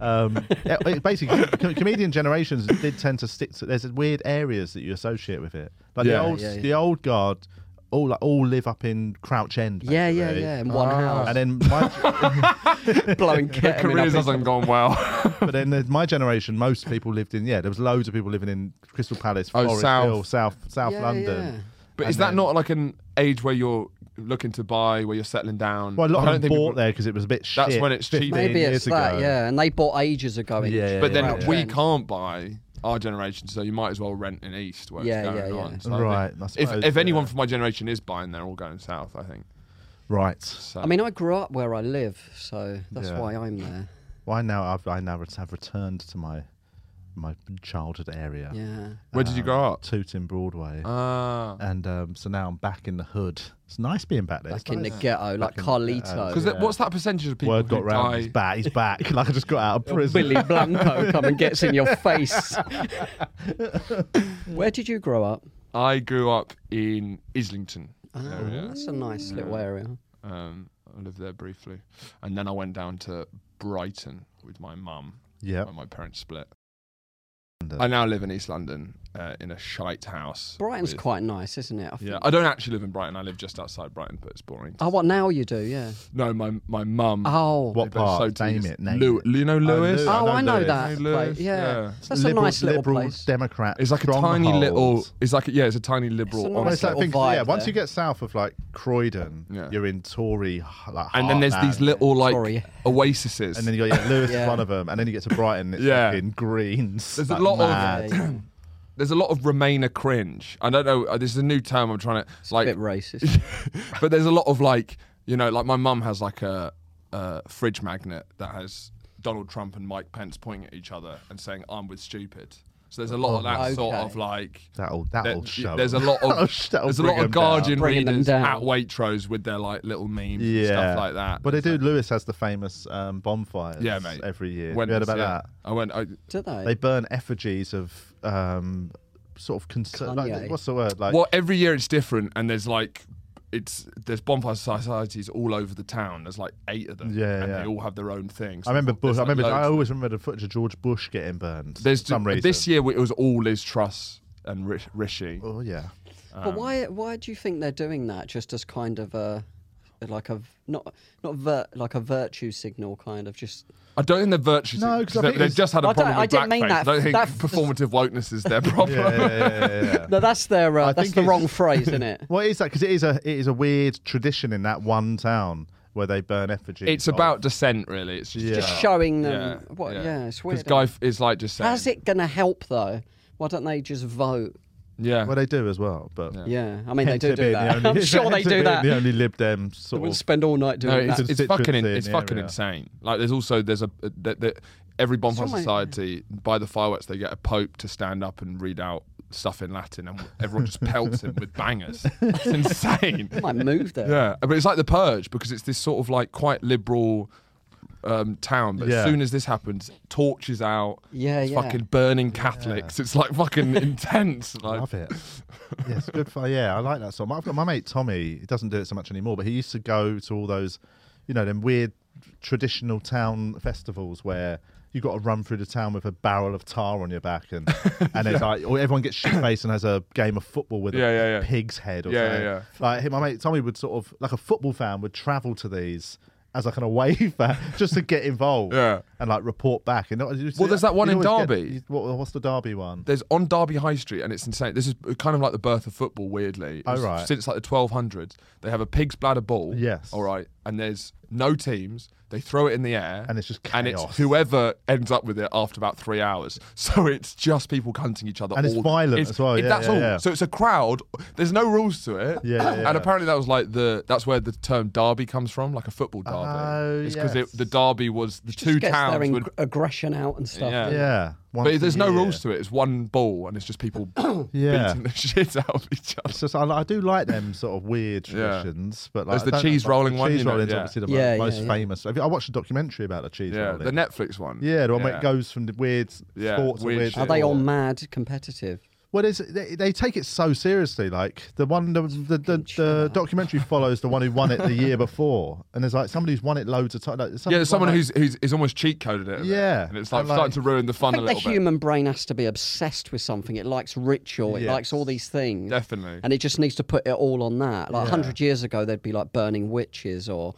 Speaker 2: Um, yeah, it- basically, com- comedian generations did tend to stick to. There's weird areas that you associate with it, like
Speaker 4: Yeah.
Speaker 2: the old,
Speaker 3: Yeah, yeah.
Speaker 2: the old guard. All like, all live up in Crouch End.
Speaker 3: Yeah, yeah,
Speaker 2: basically.
Speaker 3: yeah. In one house,
Speaker 2: And then my,
Speaker 3: blowing kettle.
Speaker 4: Careers hasn't gone well.
Speaker 2: But then there's my generation, most people lived in yeah. There was loads of people living in Crystal Palace,
Speaker 4: Oh,
Speaker 2: Forest
Speaker 4: south.
Speaker 2: Hill, South South
Speaker 3: Yeah,
Speaker 2: London.
Speaker 3: yeah.
Speaker 4: But is
Speaker 2: And
Speaker 4: that
Speaker 2: then-
Speaker 4: not like an age where you're looking to buy, where you're settling down?
Speaker 2: Well, a lot
Speaker 4: I don't
Speaker 2: of them
Speaker 4: think
Speaker 2: bought
Speaker 4: people-
Speaker 2: there because it was a bit.
Speaker 4: That's
Speaker 2: shit
Speaker 4: when it's cheap.
Speaker 2: 15
Speaker 3: Maybe
Speaker 2: years
Speaker 3: it's that,
Speaker 2: ago.
Speaker 3: yeah. And they bought ages ago. In
Speaker 2: Yeah, yeah,
Speaker 4: But then
Speaker 2: yeah.
Speaker 4: we can't buy our generation, so you might as well rent in East where
Speaker 3: Yeah,
Speaker 4: it's
Speaker 3: yeah,
Speaker 4: going
Speaker 3: yeah.
Speaker 4: on. So I think
Speaker 2: Right, I
Speaker 4: If,
Speaker 2: suppose,
Speaker 4: if
Speaker 2: yeah.
Speaker 4: anyone from my generation is buying, they're all going south. I think.
Speaker 2: Right.
Speaker 4: So.
Speaker 3: I mean, I grew up where I live, so that's
Speaker 2: Yeah.
Speaker 3: why I'm there.
Speaker 2: Why now? I've, I now ret- have returned to my my childhood area. Um,
Speaker 3: Yeah.
Speaker 4: where did you grow up?
Speaker 2: Tooting Broadway.
Speaker 4: Ah,
Speaker 2: and um, so now I'm back in the hood. It's nice being back there. It's
Speaker 3: Back in the
Speaker 2: nice.
Speaker 3: ghetto, like
Speaker 2: in the ghetto.
Speaker 3: Carlito.
Speaker 4: because what's that percentage of people
Speaker 2: Word
Speaker 4: who
Speaker 2: got round. He's
Speaker 4: die-
Speaker 2: back. He's back. like I just got out of prison.
Speaker 3: Billy Blanco come and gets in your face. Where did you grow up?
Speaker 4: I grew up in Islington.
Speaker 3: Ah,
Speaker 4: area.
Speaker 3: that's a nice little area.
Speaker 4: Um, I lived there briefly, and then I went down to Brighton with my mum
Speaker 2: Yeah.
Speaker 4: when my parents split. I now live in East London uh, in a shite house.
Speaker 3: Brighton's
Speaker 4: with-
Speaker 3: quite nice, isn't it? I
Speaker 4: Yeah,
Speaker 3: think-
Speaker 4: I don't actually live in Brighton. I live just outside Brighton, but it's boring.
Speaker 3: Oh, what now you do? Yeah.
Speaker 4: No, my my mum.
Speaker 3: Oh.
Speaker 2: What
Speaker 4: they're
Speaker 2: part?
Speaker 4: So
Speaker 2: name
Speaker 4: tedious.
Speaker 2: it. Name
Speaker 4: Lew-
Speaker 2: it.
Speaker 4: you know Lewis.
Speaker 2: Lew-
Speaker 3: Oh, I know
Speaker 2: Lewis.
Speaker 3: that.
Speaker 4: Hey, Lewis,
Speaker 3: place. Yeah.
Speaker 4: yeah.
Speaker 3: That's
Speaker 2: Liberal-
Speaker 3: a nice little
Speaker 2: liberal
Speaker 3: place.
Speaker 2: Democrat.
Speaker 4: It's like a tiny
Speaker 2: stronghold.
Speaker 4: little. It's like a, yeah, it's a tiny liberal.
Speaker 3: It's a
Speaker 4: on-
Speaker 2: Well,
Speaker 3: nice
Speaker 2: it's like
Speaker 3: little
Speaker 2: things,
Speaker 3: vibe
Speaker 2: yeah, once you
Speaker 3: there.
Speaker 2: get south of like Croydon,
Speaker 4: Yeah.
Speaker 2: you're in Tory. h- Like,
Speaker 4: and then there's these
Speaker 2: heartland.
Speaker 4: little like
Speaker 3: Sorry.
Speaker 4: oases.
Speaker 2: And then you got yeah, Lewis
Speaker 3: Yeah.
Speaker 2: is one of them, and then you get to Brighton, it's
Speaker 4: Yeah.
Speaker 2: fucking greens.
Speaker 4: There's a
Speaker 2: like,
Speaker 4: lot of-
Speaker 2: mad.
Speaker 3: Yeah, yeah.
Speaker 4: there's a lot of Remainer cringe. I don't know. uh, This is a new term I'm trying to
Speaker 3: It's a
Speaker 4: like,
Speaker 3: bit racist.
Speaker 4: but there's a lot of like, you know, like my mum has like a, a fridge magnet that has Donald Trump and Mike Pence pointing at each other and saying, "I'm with stupid." So there's a lot of that sort
Speaker 3: Okay.
Speaker 4: of like.
Speaker 2: That'll that'll
Speaker 4: there-
Speaker 2: show.
Speaker 4: there's a lot of
Speaker 2: That'll
Speaker 4: there's a
Speaker 2: bring
Speaker 4: lot
Speaker 2: 'em
Speaker 4: of Guardian
Speaker 2: down.
Speaker 3: Bringing them
Speaker 4: readers
Speaker 3: down.
Speaker 4: at Waitrose with their like little memes
Speaker 2: Yeah,
Speaker 4: and stuff like that.
Speaker 2: But they do. Lewis has the famous um, bonfires.
Speaker 4: Yeah, mate.
Speaker 2: Every year,
Speaker 4: When-
Speaker 2: you heard about
Speaker 4: yeah.
Speaker 2: that?
Speaker 4: I went. I,
Speaker 3: do they?
Speaker 2: They burn effigies of um, sort of concern.
Speaker 3: Kanye.
Speaker 2: Like, what's the word? Like
Speaker 4: well, every year it's different, and there's like it's there's bonfire societies all over the town. There's like eight of them.
Speaker 2: Yeah,
Speaker 4: and
Speaker 2: yeah.
Speaker 4: they all have their own things.
Speaker 2: I remember Bush.
Speaker 4: There's,
Speaker 2: I
Speaker 4: like,
Speaker 2: remember. I
Speaker 4: loads of-
Speaker 2: always remember the footage of George Bush getting burned.
Speaker 4: There's
Speaker 2: for some reason.
Speaker 4: this year it was all Liz Truss and Ri- Rishi.
Speaker 2: Oh yeah.
Speaker 3: but why? Why do you think they're doing that? Just as kind of a, like a not not vir, like a virtue signal, kind of just.
Speaker 4: I don't think they're virtues.
Speaker 2: No, 'cause I
Speaker 4: they,
Speaker 2: think
Speaker 4: they've
Speaker 2: it's-
Speaker 4: just had a
Speaker 3: I don't-
Speaker 4: problem
Speaker 3: I
Speaker 4: with
Speaker 3: didn't mean
Speaker 4: blackface.
Speaker 3: that.
Speaker 4: I don't think
Speaker 3: That-
Speaker 4: performative wokeness is their problem.
Speaker 2: Yeah, yeah, yeah, yeah, yeah.
Speaker 3: No, that's their. Uh,
Speaker 2: I
Speaker 3: that's
Speaker 2: think
Speaker 3: the
Speaker 2: it's-
Speaker 3: wrong phrase, isn't it?
Speaker 2: Well, it is that because it is a it is a weird tradition in that one town where they burn effigies.
Speaker 4: It's
Speaker 2: of-
Speaker 4: about dissent, really. It's just,
Speaker 2: Yeah.
Speaker 3: Just showing them. what? Yeah, it's weird.
Speaker 4: Because Guy f- is like just saying.
Speaker 3: How's it going to help though? Why don't they just vote?
Speaker 4: Yeah.
Speaker 2: Well, they do as well, but yeah.
Speaker 3: Yeah, I mean they
Speaker 2: Hence
Speaker 3: do
Speaker 2: it
Speaker 3: do
Speaker 2: being
Speaker 3: that.
Speaker 2: the only-
Speaker 3: I'm sure they
Speaker 2: hence it
Speaker 3: do
Speaker 2: being
Speaker 3: that.
Speaker 2: The
Speaker 3: They
Speaker 2: only Lib Dem sort
Speaker 3: wouldn't
Speaker 2: of.
Speaker 3: spend all night doing
Speaker 4: No, it's,
Speaker 3: that.
Speaker 4: it's fucking in-
Speaker 2: constituency in
Speaker 4: it's
Speaker 2: the
Speaker 4: fucking
Speaker 2: area.
Speaker 4: insane. Like there's also there's a that that every bonfire
Speaker 3: almost-
Speaker 4: society by the fireworks they get a pope to stand up and read out stuff in Latin and everyone just pelts him with bangers. It's insane.
Speaker 3: I might move there.
Speaker 4: Yeah, but it's like the purge because it's this sort of like quite liberal um, town. But
Speaker 2: Yeah.
Speaker 4: as soon as this happens, torches out.
Speaker 3: Yeah,
Speaker 4: it's
Speaker 3: yeah.
Speaker 4: Fucking burning Catholics. It's like fucking intense. Like,
Speaker 2: Love it. yes, good for yeah. I like that song. I've got my mate Tommy. He doesn't do it so much anymore, but he used to go to all those, you know, them weird traditional town festivals where you got to run through the town with a barrel of tar on your back, and and it's like or everyone gets shit faced and has a game of football with
Speaker 4: Yeah,
Speaker 2: a
Speaker 4: yeah, yeah.
Speaker 2: pig's head. Or
Speaker 4: Yeah, yeah,
Speaker 2: something.
Speaker 4: yeah.
Speaker 2: Like he- my mate Tommy would sort of like a football fan would travel to these. As like an away fan, just to get involved,
Speaker 4: Yeah.
Speaker 2: and like report back. And
Speaker 4: Well, there's that one in Derby.
Speaker 2: what, what's the Derby one?
Speaker 4: there's on Derby High Street, and it's insane. This is kind of like the birth of football, weirdly.
Speaker 2: Oh,
Speaker 4: It's
Speaker 2: right.
Speaker 4: Since like the 1200s, they have a pig's bladder ball.
Speaker 2: Yes.
Speaker 4: All right. And there's no teams. They throw it in the air.
Speaker 2: And it's just
Speaker 4: And it's
Speaker 2: chaos.
Speaker 4: whoever ends up with it after about three hours. So it's just people cunting each other.
Speaker 2: And it's
Speaker 4: all-
Speaker 2: violent as well, yeah,
Speaker 4: that's
Speaker 2: yeah,
Speaker 4: all.
Speaker 2: yeah.
Speaker 4: So it's a crowd. There's no rules to it.
Speaker 2: Yeah, yeah,
Speaker 4: and
Speaker 2: yeah.
Speaker 4: apparently that was like the that's where the term derby comes from, like a football derby.
Speaker 2: Oh,
Speaker 4: it's because
Speaker 2: yes.
Speaker 4: the derby was the
Speaker 3: Just
Speaker 4: two
Speaker 3: gets their
Speaker 4: towns
Speaker 3: ing-
Speaker 4: would
Speaker 3: aggression out and stuff.
Speaker 4: Yeah.
Speaker 2: Yeah.
Speaker 4: Um, but there's no rules to it. It's one ball, and it's just people
Speaker 2: Yeah.
Speaker 4: beating the shit out of each other.
Speaker 2: It's just I, I do like them sort of weird
Speaker 4: Yeah.
Speaker 2: traditions, but like
Speaker 4: There's
Speaker 2: I
Speaker 4: the
Speaker 2: don't-
Speaker 4: cheese
Speaker 2: but
Speaker 4: rolling
Speaker 2: the
Speaker 4: one,
Speaker 2: Cheese
Speaker 4: you know,
Speaker 2: rolling is
Speaker 4: yeah.
Speaker 2: obviously the
Speaker 3: Yeah,
Speaker 2: most
Speaker 3: yeah, yeah.
Speaker 2: famous. I watched a documentary about the cheese
Speaker 4: Yeah,
Speaker 2: rolling.
Speaker 4: the Netflix one.
Speaker 2: yeah, the one where
Speaker 4: Yeah.
Speaker 2: it goes from the weird
Speaker 4: Yeah,
Speaker 2: sports
Speaker 4: weird
Speaker 2: to weird.
Speaker 4: shit.
Speaker 3: Are they all
Speaker 2: sport.
Speaker 3: mad competitive?
Speaker 2: Well, there's, they, they take it so seriously. Like the one, the the, the,
Speaker 3: chill
Speaker 2: the documentary follows the one who won it the year before, and there's like somebody who's won it loads of times. Like,
Speaker 4: Yeah,
Speaker 2: somebody's
Speaker 4: there's
Speaker 2: won,
Speaker 4: someone
Speaker 2: like-
Speaker 4: who's, who's is almost cheat coded it. a bit,
Speaker 2: Yeah,
Speaker 4: and it's like,
Speaker 2: and, like-
Speaker 4: starting to ruin the
Speaker 3: I
Speaker 4: fun a
Speaker 3: think the
Speaker 4: little bit.
Speaker 3: human brain has to be obsessed with something. It likes ritual. It
Speaker 2: Yes.
Speaker 3: likes all these things.
Speaker 4: Definitely.
Speaker 3: And it just needs to put it all on that. Like a
Speaker 2: Yeah.
Speaker 3: 100 years ago, they'd be like burning witches or.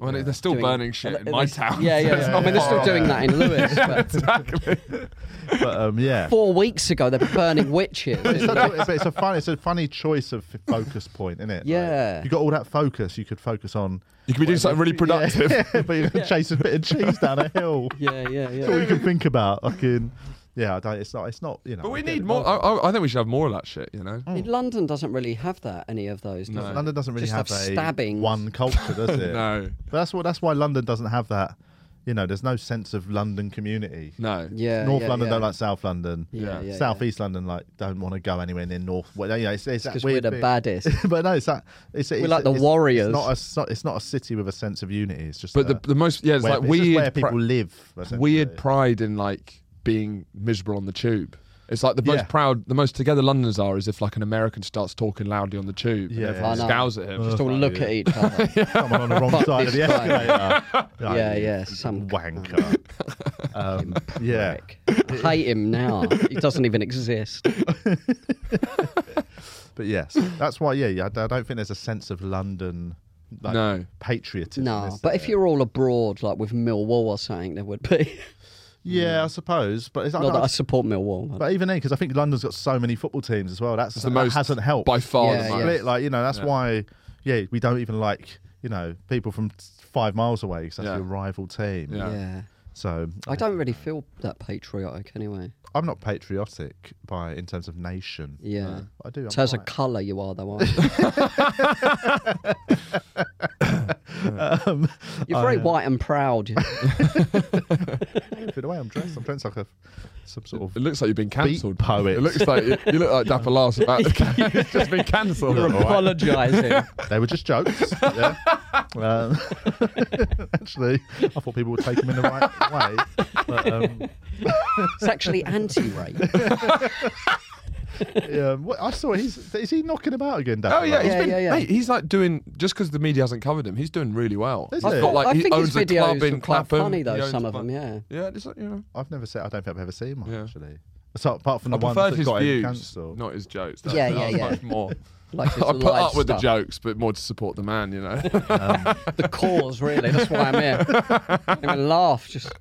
Speaker 4: I mean, they're still
Speaker 3: doing-
Speaker 4: burning shit in
Speaker 3: At
Speaker 4: my
Speaker 3: least-
Speaker 4: town.
Speaker 3: Yeah,
Speaker 4: so it's
Speaker 3: yeah. I
Speaker 4: not
Speaker 3: mean, they're
Speaker 4: far
Speaker 3: still
Speaker 4: off.
Speaker 3: doing that in Lewis. but
Speaker 4: exactly.
Speaker 2: but um, yeah.
Speaker 3: four weeks ago, they're burning witches.
Speaker 2: It's such a- but it's a funny, it's a funny choice of f- focus point, isn't it?
Speaker 3: Yeah.
Speaker 2: you got all that focus. You could focus on
Speaker 4: You could be doing something really productive.
Speaker 2: Yeah, but you can chase a bit of cheese down a hill.
Speaker 3: yeah, yeah,
Speaker 2: That's all
Speaker 3: yeah.
Speaker 2: you can think about. Fucking Yeah, I don't, it's not. It's not. You know.
Speaker 4: But
Speaker 2: I
Speaker 4: we
Speaker 2: get
Speaker 4: need
Speaker 2: it.
Speaker 4: more. I, I- I think we should have more of that shit. You know.
Speaker 3: I mean, London doesn't really have that any of those. Does
Speaker 4: No.
Speaker 3: it?
Speaker 2: London doesn't really
Speaker 3: Just
Speaker 2: have,
Speaker 3: have
Speaker 2: a
Speaker 3: stabbings.
Speaker 2: one culture, does it?
Speaker 4: No.
Speaker 2: But that's what. That's why London doesn't have that. You know, there's no sense of London community.
Speaker 4: No.
Speaker 3: Yeah,
Speaker 2: North
Speaker 3: yeah,
Speaker 2: London
Speaker 3: yeah.
Speaker 2: don't like South London.
Speaker 3: Yeah, yeah,
Speaker 2: South
Speaker 3: yeah.
Speaker 2: East London like don't want to go anywhere near North. Well, you know, it's, it's that
Speaker 3: because we're
Speaker 2: weird
Speaker 3: the
Speaker 2: bit.
Speaker 3: baddest.
Speaker 2: but no, it's that. It's, it's,
Speaker 3: like the
Speaker 2: it's-
Speaker 3: warriors.
Speaker 2: It's not, a, so- it's not a city with a sense of unity. It's just.
Speaker 4: But
Speaker 2: a,
Speaker 4: the, the most yeah, it's
Speaker 2: where,
Speaker 4: like
Speaker 2: just
Speaker 4: weird
Speaker 2: where people
Speaker 4: pri-
Speaker 2: live. essentially.
Speaker 4: weird pride in like being miserable on the tube. It's like the
Speaker 2: Yeah.
Speaker 4: most proud, the most together Londoners are is if like an American starts talking loudly on the tube
Speaker 2: Yeah.
Speaker 4: and
Speaker 2: I
Speaker 4: everyone
Speaker 3: know.
Speaker 4: scowls at him.
Speaker 3: Just all look at each other.
Speaker 2: Someone on the wrong
Speaker 3: Fuck
Speaker 2: side of
Speaker 3: this
Speaker 2: the
Speaker 3: guy.
Speaker 2: escalator. Like,
Speaker 3: Yeah,
Speaker 2: you
Speaker 3: yeah, some
Speaker 2: wanker. um, yeah.
Speaker 3: prick. I hate him now. He doesn't even exist.
Speaker 2: But yes, that's why. Yeah, yeah, I d- I don't think there's a sense of London, like
Speaker 4: No.
Speaker 2: patriotism.
Speaker 3: No,
Speaker 2: is
Speaker 3: but if
Speaker 2: there?
Speaker 3: you're all abroad, like with Millwall or something, there would be.
Speaker 2: yeah, I suppose. But it's, I
Speaker 3: Not that
Speaker 2: don't-
Speaker 3: I support Millwall.
Speaker 2: but even then, because I think London's got so many football teams as well. That's
Speaker 4: It's the
Speaker 2: that
Speaker 4: most
Speaker 2: hasn't helped
Speaker 4: by far. the
Speaker 3: Yeah, yeah.
Speaker 4: most.
Speaker 2: Split, Like you know, that's
Speaker 4: Yeah.
Speaker 2: why. Yeah, we don't even like you know people from t- five miles away because that's
Speaker 4: Yeah.
Speaker 2: your rival team.
Speaker 4: Yeah.
Speaker 3: yeah.
Speaker 2: So
Speaker 3: I don't really feel that patriotic anyway.
Speaker 2: I'm not patriotic by in terms of nation.
Speaker 3: Yeah.
Speaker 2: I do. I'm
Speaker 3: In terms of
Speaker 2: quite-
Speaker 3: colour, you are though, aren't you?
Speaker 2: um,
Speaker 3: You're very
Speaker 2: I, uh,
Speaker 3: white and proud.
Speaker 2: for the way I'm dressed, I'm dressed like a some sort of
Speaker 4: It looks like you've been cancelled.
Speaker 2: poet.
Speaker 4: It looks like you, you look like Dapper Lars about it's just been cancelled.
Speaker 3: You're apologising.
Speaker 2: They were just jokes. yeah. Um, actually, I thought people would take them in the right way. But, um,
Speaker 3: It's actually anti-rape.
Speaker 2: yeah, um, what- I saw he's is he knocking about again? Dapper
Speaker 4: Oh yeah,
Speaker 2: Love?
Speaker 4: he's
Speaker 3: Yeah,
Speaker 4: been
Speaker 3: yeah, yeah.
Speaker 4: mate. He's like doing just because the media hasn't covered him. He's doing really well.
Speaker 2: Is
Speaker 4: He's
Speaker 2: he?
Speaker 4: got, like
Speaker 3: I
Speaker 4: he
Speaker 3: think
Speaker 4: owns
Speaker 3: his
Speaker 4: a club
Speaker 3: videos
Speaker 4: in
Speaker 3: are quite
Speaker 4: Clapham.
Speaker 3: funny
Speaker 4: He
Speaker 3: though.
Speaker 4: owns
Speaker 3: Some
Speaker 4: a
Speaker 3: of
Speaker 4: club-
Speaker 3: them, yeah.
Speaker 4: Yeah, it's like, you know.
Speaker 2: I've never seen. I don't think I've ever seen one
Speaker 4: Yeah.
Speaker 2: actually. So, apart from
Speaker 4: I
Speaker 2: the ones
Speaker 4: prefer
Speaker 2: that
Speaker 4: his
Speaker 2: got him
Speaker 4: views,
Speaker 2: cancelled.
Speaker 4: not his jokes. That,
Speaker 3: Yeah,
Speaker 4: that
Speaker 3: yeah,
Speaker 4: was
Speaker 3: yeah.
Speaker 4: Much more.
Speaker 3: Like his
Speaker 4: I put
Speaker 3: live
Speaker 4: up with the
Speaker 3: stuff.
Speaker 4: jokes, but more to support the man, you know.
Speaker 3: the cause, really. That's why I'm here. Don't even laugh, just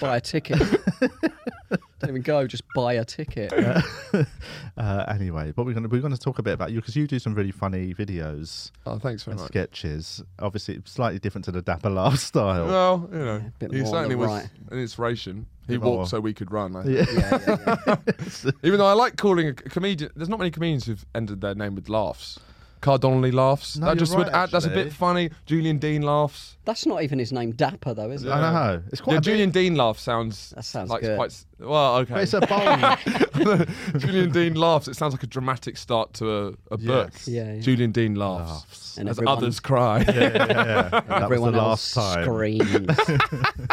Speaker 3: buy a ticket. Don't even go, just buy a ticket.
Speaker 2: Uh, anyway, but we're going to we're going to talk a bit about you because you do some really funny videos
Speaker 4: oh, thanks very
Speaker 2: and
Speaker 4: much.
Speaker 2: sketches. Obviously, it's slightly different to the dapper laugh style.
Speaker 4: Well, you know,
Speaker 3: bit
Speaker 4: he
Speaker 3: more on
Speaker 4: certainly
Speaker 3: the
Speaker 4: was
Speaker 3: right.
Speaker 4: an inspiration. He
Speaker 2: Bit more.
Speaker 4: walked so we could run. I think.
Speaker 2: Yeah.
Speaker 4: Even though I like calling a comedian, there's not many comedians who've ended their name with laughs. Car Donnelly laughs.
Speaker 2: No,
Speaker 4: that
Speaker 2: you're
Speaker 4: just would
Speaker 2: right,
Speaker 4: add. That's a
Speaker 2: actually.
Speaker 4: bit funny. Julian Dean laughs.
Speaker 3: That's not even his name, Dapper, though, is it?
Speaker 2: I know it's quite.
Speaker 4: yeah,
Speaker 2: a bit-
Speaker 4: Julian Dean laugh sounds.
Speaker 3: That sounds
Speaker 4: like
Speaker 3: good.
Speaker 4: quite. s- Well, okay.
Speaker 2: but it's a bold.
Speaker 4: Julian Dean laughs. It sounds like a dramatic start to a, a book.
Speaker 2: Yes.
Speaker 3: Yeah, yeah.
Speaker 4: Julian Dean laughs.
Speaker 2: Laughs.
Speaker 3: And
Speaker 4: As
Speaker 3: everyone,
Speaker 4: others cry.
Speaker 2: that was the
Speaker 3: everyone
Speaker 2: last
Speaker 3: else
Speaker 2: time.
Speaker 3: screams.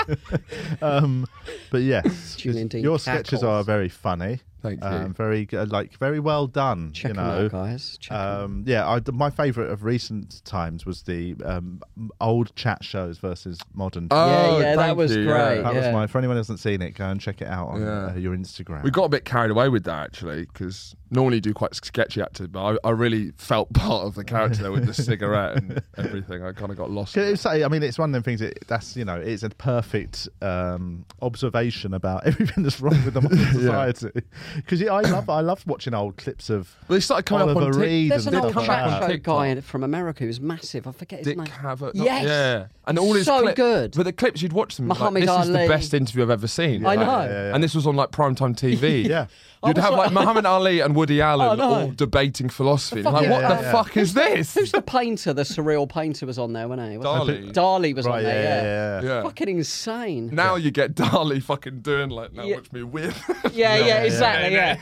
Speaker 2: Um, but yes,
Speaker 3: Julian Dean
Speaker 2: your sketches
Speaker 3: cackles.
Speaker 2: are very funny.
Speaker 4: Thank you.
Speaker 2: Um, very good, like very well done.
Speaker 3: Check
Speaker 2: you
Speaker 3: 'em out,
Speaker 2: know.
Speaker 3: guys. Check 'em out.
Speaker 2: Um, yeah, I, my favourite of recent times was the um, old chat shows versus modern.
Speaker 4: Oh,
Speaker 3: yeah, that
Speaker 4: thank
Speaker 3: was
Speaker 4: you,
Speaker 3: great.
Speaker 2: that
Speaker 3: yeah.
Speaker 2: was my. For anyone who hasn't seen it, go and check it out on
Speaker 4: Yeah.
Speaker 2: uh, your Instagram.
Speaker 4: We got a bit carried away with that actually, because normally you do quite sketchy acting, but I, I really felt part of the character there with the cigarette and everything. I kind of got lost. in
Speaker 2: 'Cause
Speaker 4: it.
Speaker 2: it's like- I mean, it's one of them things. That, that's you know, it's a perfect um, observation about everything that's wrong with the modern society. Because I love, I love watching old clips of
Speaker 4: But they started coming up on
Speaker 2: Oliver
Speaker 4: Tik-
Speaker 2: Reed
Speaker 3: There's
Speaker 2: and
Speaker 3: an
Speaker 4: did
Speaker 3: old
Speaker 2: stuff
Speaker 4: come
Speaker 2: like
Speaker 4: back
Speaker 3: chat
Speaker 2: that.
Speaker 4: on
Speaker 3: show
Speaker 4: TikTok.
Speaker 3: guy from America who's massive. I forget his
Speaker 4: Dick
Speaker 3: name.
Speaker 4: Cavett.
Speaker 3: Yes.
Speaker 4: Yeah. And all his
Speaker 3: So
Speaker 4: clips.
Speaker 3: good.
Speaker 4: But the clips you'd watch them. you'd be
Speaker 3: Muhammad
Speaker 4: like, this
Speaker 3: Ali.
Speaker 4: is the best interview I've ever seen.
Speaker 3: I
Speaker 4: Like,
Speaker 3: know.
Speaker 2: Yeah, yeah, yeah.
Speaker 4: And this was on like primetime TV.
Speaker 2: Yeah.
Speaker 4: You'd
Speaker 3: I was
Speaker 4: have
Speaker 3: like-
Speaker 4: like Muhammad Ali and Woody Allen
Speaker 3: know.
Speaker 4: all debating philosophy. Like,
Speaker 3: fucking
Speaker 4: what
Speaker 2: Yeah,
Speaker 4: the
Speaker 2: yeah.
Speaker 4: fuck is this?
Speaker 3: Who's the painter? The surreal painter was on there, wasn't he? Wasn't
Speaker 4: Dali.
Speaker 3: it? Dali was
Speaker 2: Right,
Speaker 3: on
Speaker 2: yeah,
Speaker 3: there.
Speaker 2: yeah,
Speaker 3: Yeah.
Speaker 2: yeah.
Speaker 4: yeah.
Speaker 3: Fucking insane.
Speaker 4: Now you get Dali fucking doing like, now
Speaker 3: Yeah.
Speaker 4: watch me whip.
Speaker 3: Yeah, yeah, exactly. Yeah,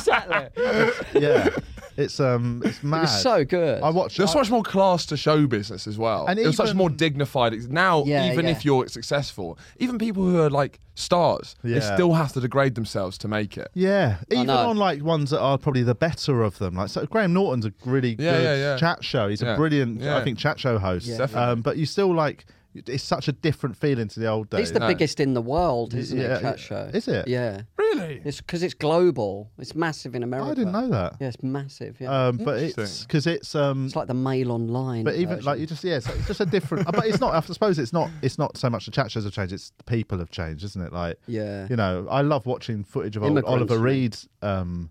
Speaker 3: exactly.
Speaker 2: yeah. It's um, it's mad.
Speaker 3: It's so good.
Speaker 2: I watched.
Speaker 4: There's
Speaker 2: I-
Speaker 4: so much more class to show business as well.
Speaker 2: And
Speaker 4: And There's such
Speaker 2: even-
Speaker 4: more dignified. ex- Now,
Speaker 3: Yeah,
Speaker 4: even
Speaker 3: yeah.
Speaker 4: if you're successful, even people who are like stars,
Speaker 2: Yeah.
Speaker 4: they still have to degrade themselves to make it.
Speaker 2: Yeah, even
Speaker 3: know.
Speaker 2: on like ones that are probably the better of them. Like so Graham Norton's a really
Speaker 4: Yeah,
Speaker 2: good
Speaker 4: yeah, yeah.
Speaker 2: chat show. He's
Speaker 4: Yeah.
Speaker 2: a brilliant, I
Speaker 4: Yeah.
Speaker 2: think, chat show host.
Speaker 4: Definitely.
Speaker 2: Um, but you still like, it's such a different feeling to the old days.
Speaker 3: It's the biggest in the world, isn't
Speaker 2: Yeah,
Speaker 3: it? Chat show.
Speaker 2: is it?
Speaker 3: Yeah.
Speaker 4: Really?
Speaker 3: It's because it's global. It's massive in America.
Speaker 2: I didn't know that.
Speaker 3: Yeah, it's massive. Yeah.
Speaker 2: Um, but it's
Speaker 4: Interesting.
Speaker 2: because it's um,
Speaker 3: it's like the mail online.
Speaker 2: But even
Speaker 3: version.
Speaker 2: like you just yeah, so it's just a different. uh, but it's not. I suppose it's not. It's not so much the chat shows have changed. It's the people have changed, isn't it? Like
Speaker 3: Yeah.
Speaker 2: you know, I love watching footage of old
Speaker 3: Immigrants,
Speaker 2: Oliver
Speaker 3: yeah.
Speaker 2: Reed um,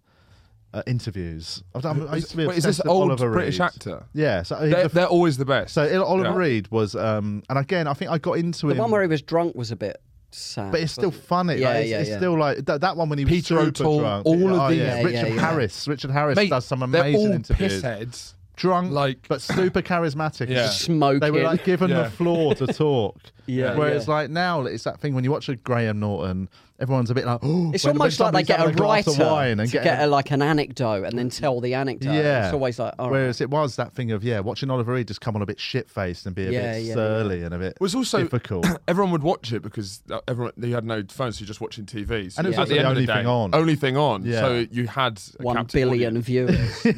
Speaker 2: uh, interviews. I've done, I used to be
Speaker 4: Wait, is
Speaker 2: obsessed
Speaker 4: this
Speaker 2: with
Speaker 4: old
Speaker 2: Oliver
Speaker 4: British
Speaker 2: Reed.
Speaker 4: actor?
Speaker 2: Yeah, so he was
Speaker 4: They're,
Speaker 2: a-
Speaker 4: they're always the best.
Speaker 2: so Oliver
Speaker 4: Yeah.
Speaker 2: Reed was um, and again I think I got into
Speaker 3: the
Speaker 2: him.
Speaker 3: one where he was drunk was a bit sad.
Speaker 2: But it's still funny.
Speaker 3: Yeah,
Speaker 2: like, it's,
Speaker 3: yeah,
Speaker 2: it's
Speaker 3: yeah.
Speaker 2: still like that, that one when he was
Speaker 4: Peter
Speaker 2: super
Speaker 4: O'Toole,
Speaker 2: drunk.
Speaker 4: all of
Speaker 2: Oh,
Speaker 4: these-
Speaker 2: yeah.
Speaker 3: Yeah,
Speaker 2: Richard
Speaker 3: yeah, yeah.
Speaker 2: Harris. Richard Harris
Speaker 4: Mate,
Speaker 2: does some
Speaker 4: they're
Speaker 2: amazing
Speaker 4: all
Speaker 2: interviews.
Speaker 4: pissheads.
Speaker 2: Drunk,
Speaker 4: Like-
Speaker 2: but super charismatic.
Speaker 4: Yeah.
Speaker 3: Smoking.
Speaker 2: They were like given
Speaker 4: Yeah.
Speaker 2: the floor to talk.
Speaker 3: Yeah,
Speaker 2: Whereas
Speaker 3: yeah.
Speaker 2: like now it's that thing when you watch a Graham Norton, everyone's a bit like, oh,
Speaker 3: It's
Speaker 2: when- when
Speaker 3: almost like
Speaker 2: somebody's
Speaker 3: they get a
Speaker 2: having glass
Speaker 3: writer
Speaker 2: of wine and
Speaker 3: to get,
Speaker 2: getting
Speaker 3: a, like an anecdote and then tell the anecdote.
Speaker 2: Yeah,
Speaker 3: it's always like, all right.
Speaker 2: Whereas it was that thing of yeah, watching Oliver Reed just come on a bit shit faced and be a
Speaker 3: Yeah,
Speaker 2: bit
Speaker 3: yeah,
Speaker 2: surly and a bit
Speaker 4: was also
Speaker 2: difficult.
Speaker 4: everyone would watch it because uh, everyone they had no phones, so you're just watching TV. So
Speaker 2: And it was
Speaker 4: at
Speaker 2: also
Speaker 4: the
Speaker 2: the
Speaker 4: end
Speaker 2: only
Speaker 4: of the day,
Speaker 2: thing on.
Speaker 4: Only thing on.
Speaker 2: Yeah.
Speaker 4: So you had a
Speaker 3: one
Speaker 4: captive
Speaker 3: billion
Speaker 4: audience.
Speaker 3: viewers.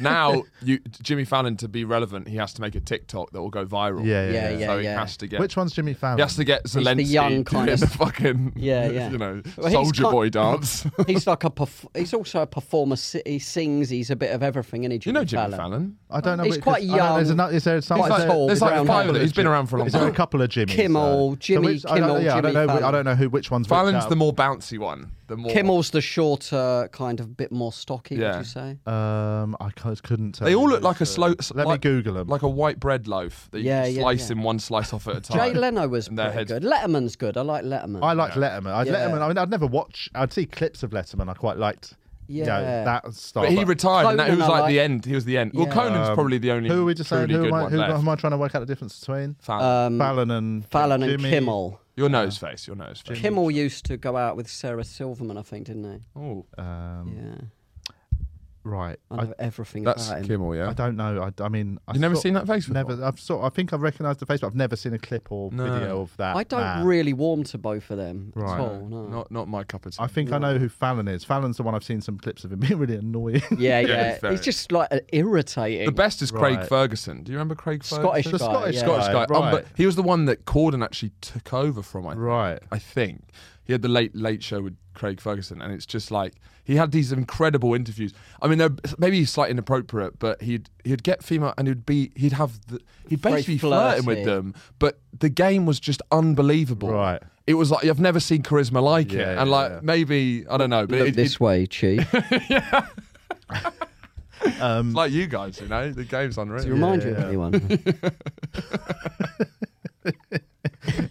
Speaker 4: now, you, Jimmy Fallon to be relevant, he has to make a TikTok that will go viral.
Speaker 2: yeah, yeah,
Speaker 3: Yeah,
Speaker 2: yeah.
Speaker 3: yeah.
Speaker 4: so he has to get.
Speaker 2: Which one's Jimmy Fallon?
Speaker 4: He has to get
Speaker 3: the
Speaker 4: Zelensky
Speaker 3: young kind
Speaker 4: to
Speaker 3: of-
Speaker 4: do the fucking
Speaker 3: Yeah, yeah.
Speaker 4: you know
Speaker 3: Well, he's
Speaker 4: soldier
Speaker 3: kin-
Speaker 4: boy dance.
Speaker 3: he's like a perf- he's also a performer. Si- He sings. He's a bit of everything. Isn't he,
Speaker 4: you
Speaker 3: Jimmy
Speaker 4: know Jimmy
Speaker 3: Fallon?
Speaker 4: Fallon.
Speaker 2: I don't know.
Speaker 3: He's
Speaker 2: which-
Speaker 3: quite
Speaker 2: I don't- There's
Speaker 3: young.
Speaker 2: another. Is there some?
Speaker 3: He's
Speaker 2: is
Speaker 3: like-
Speaker 2: there,
Speaker 3: tall,
Speaker 4: There's like
Speaker 3: brown
Speaker 4: five
Speaker 3: hair.
Speaker 4: of them. He's been around for a long
Speaker 2: is there a
Speaker 4: time.
Speaker 2: couple of Jimmys?
Speaker 3: Kimmel,
Speaker 2: though? So
Speaker 3: Jimmy
Speaker 2: which- I don't,
Speaker 3: Kimmel,
Speaker 2: yeah, I don't
Speaker 3: Jimmy
Speaker 2: know. whi- I
Speaker 3: Fallon.
Speaker 2: don't know who which um, one's. which
Speaker 4: Fallon's
Speaker 2: out.
Speaker 4: the more bouncy one. The more
Speaker 3: Kimmel's the shorter, kind of bit more stocky. Would
Speaker 4: Yeah.
Speaker 3: you say?
Speaker 2: Um, I c- couldn't tell.
Speaker 4: They
Speaker 2: you
Speaker 4: all look
Speaker 2: who's
Speaker 4: like a
Speaker 2: who.
Speaker 4: slow.
Speaker 2: Let
Speaker 4: like,
Speaker 2: me Google them.
Speaker 4: Like a white bread loaf that you
Speaker 3: Yeah,
Speaker 4: can
Speaker 3: yeah,
Speaker 4: slice
Speaker 3: yeah.
Speaker 4: in one slice off at a time.
Speaker 3: Jay Leno was
Speaker 4: And their heads-
Speaker 3: pretty good. Letterman's good. I like Letterman.
Speaker 2: I liked Letterman. I,
Speaker 3: Yeah.
Speaker 2: Letterman. I mean, I'd never watch. I'd see clips of Letterman. I quite liked. you know,
Speaker 3: Yeah.
Speaker 2: that stuff.
Speaker 4: But he retired, and that, he
Speaker 3: Conan
Speaker 4: was
Speaker 3: I
Speaker 4: like, the
Speaker 3: like.
Speaker 4: end. He was the end. Well,
Speaker 3: Yeah.
Speaker 4: Conan's
Speaker 2: Um,
Speaker 4: probably the only.
Speaker 2: Who are we just saying?
Speaker 4: truly
Speaker 2: Who
Speaker 4: good
Speaker 2: am, I,
Speaker 4: one
Speaker 2: who,
Speaker 4: left.
Speaker 2: am I trying to work out the difference between?
Speaker 4: Fallon.
Speaker 3: um,
Speaker 2: Fallon and
Speaker 3: Fallon and
Speaker 2: Jimmy-
Speaker 3: Kimmel.
Speaker 4: your nose
Speaker 3: uh,
Speaker 4: face. Your nose face.
Speaker 3: Kimmel used to go out with Sarah Silverman, I think, didn't
Speaker 4: Oh,
Speaker 3: he?
Speaker 2: Um,
Speaker 3: Yeah,
Speaker 2: Right.
Speaker 3: I
Speaker 2: I,
Speaker 3: know everything
Speaker 4: that's
Speaker 3: about him.
Speaker 4: Kimmel. Yeah.
Speaker 2: I don't know. I, I mean, I
Speaker 4: You never
Speaker 2: sort-
Speaker 4: seen that face before?
Speaker 2: Never. I've sort. I think I've recognised the face, but I've never seen a clip or
Speaker 4: No.
Speaker 2: video of that.
Speaker 3: I don't
Speaker 2: man.
Speaker 3: really warm to both of them
Speaker 2: Right.
Speaker 3: at all. No.
Speaker 4: Not not my cup of tea.
Speaker 2: I think I know who Fallon is. Fallallon's the one I've seen some clips of him being really annoying.
Speaker 3: yeah,
Speaker 4: Yeah,
Speaker 3: yeah.
Speaker 4: he's very-
Speaker 3: He's just like uh, irritating.
Speaker 4: the best is Craig
Speaker 2: Right.
Speaker 4: Ferguson. Do you remember Craig Ferguson?
Speaker 3: Scottish
Speaker 2: the
Speaker 3: guy.
Speaker 2: Scottish
Speaker 3: yeah.
Speaker 4: Scottish guy.
Speaker 2: guy,
Speaker 4: Um,
Speaker 2: right.
Speaker 4: but he was the one that Corden actually took over from. I
Speaker 2: right.
Speaker 4: I think. He had the late late show with Craig Ferguson, and it's just like he had these incredible interviews. I mean, they're maybe slightly inappropriate, but he'd he'd get female and he'd be he'd have the, he'd
Speaker 3: Very
Speaker 4: basically be flirting with
Speaker 3: flirty.
Speaker 4: them, but the game was just unbelievable.
Speaker 2: Right.
Speaker 4: It was like I've never seen charisma like it,
Speaker 2: Yeah,
Speaker 4: and
Speaker 2: yeah,
Speaker 4: like
Speaker 2: yeah.
Speaker 4: maybe I don't know, but
Speaker 3: Look
Speaker 4: it,
Speaker 3: this
Speaker 4: it's
Speaker 3: way, Chief.
Speaker 2: Um,
Speaker 4: like you guys, you know, the game's unreal.
Speaker 3: Does it remind you
Speaker 2: yeah.
Speaker 3: of anyone?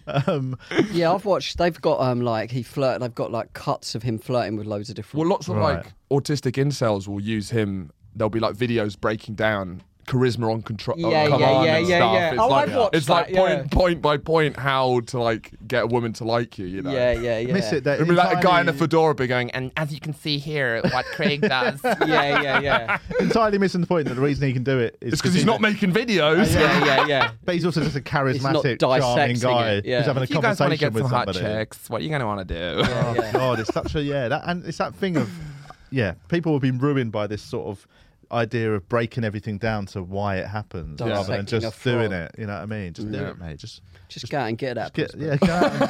Speaker 2: um,
Speaker 3: yeah, I've watched. They've got um like he flirt. They've got like cuts of him flirting with loads of different.
Speaker 4: Well, lots of
Speaker 2: Right.
Speaker 4: like autistic incels will use him. There'll be like videos breaking down charisma on control.
Speaker 3: Yeah,
Speaker 4: on command
Speaker 3: yeah, yeah,
Speaker 4: and
Speaker 3: yeah,
Speaker 4: stuff.
Speaker 3: yeah.
Speaker 4: It's
Speaker 3: Oh,
Speaker 4: like,
Speaker 3: I've watched
Speaker 4: it's like
Speaker 3: that, yeah.
Speaker 4: point, point by point how to like get a woman to like you. You know.
Speaker 3: yeah, yeah, yeah.
Speaker 2: Miss it. That
Speaker 4: Remember that guy in a
Speaker 2: entirely-
Speaker 4: fedora be going, and as you can see here, what Craig does.
Speaker 3: Yeah, yeah, yeah,
Speaker 2: entirely missing the point that the reason he can do it is
Speaker 4: It's because he's not making videos.
Speaker 3: yeah, yeah, yeah.
Speaker 2: But he's also just a charismatic, charming
Speaker 3: dissecting
Speaker 2: guy
Speaker 3: it, yeah.
Speaker 2: who's having
Speaker 4: If
Speaker 2: a
Speaker 4: you guys
Speaker 2: conversation
Speaker 4: want to get
Speaker 2: with
Speaker 4: some hot
Speaker 2: somebody.
Speaker 4: chicks, what are you going to want to do?
Speaker 2: Oh God, it's such a yeah, that and it's that thing of yeah, people have been ruined by this sort of idea of breaking everything down to why it happens rather than
Speaker 3: Dissecting a
Speaker 2: just
Speaker 3: frog.
Speaker 2: doing it. You know what I mean? Just do
Speaker 4: Yeah.
Speaker 2: it, mate. Just
Speaker 3: Just go out and get that.
Speaker 2: get yeah, go out, and,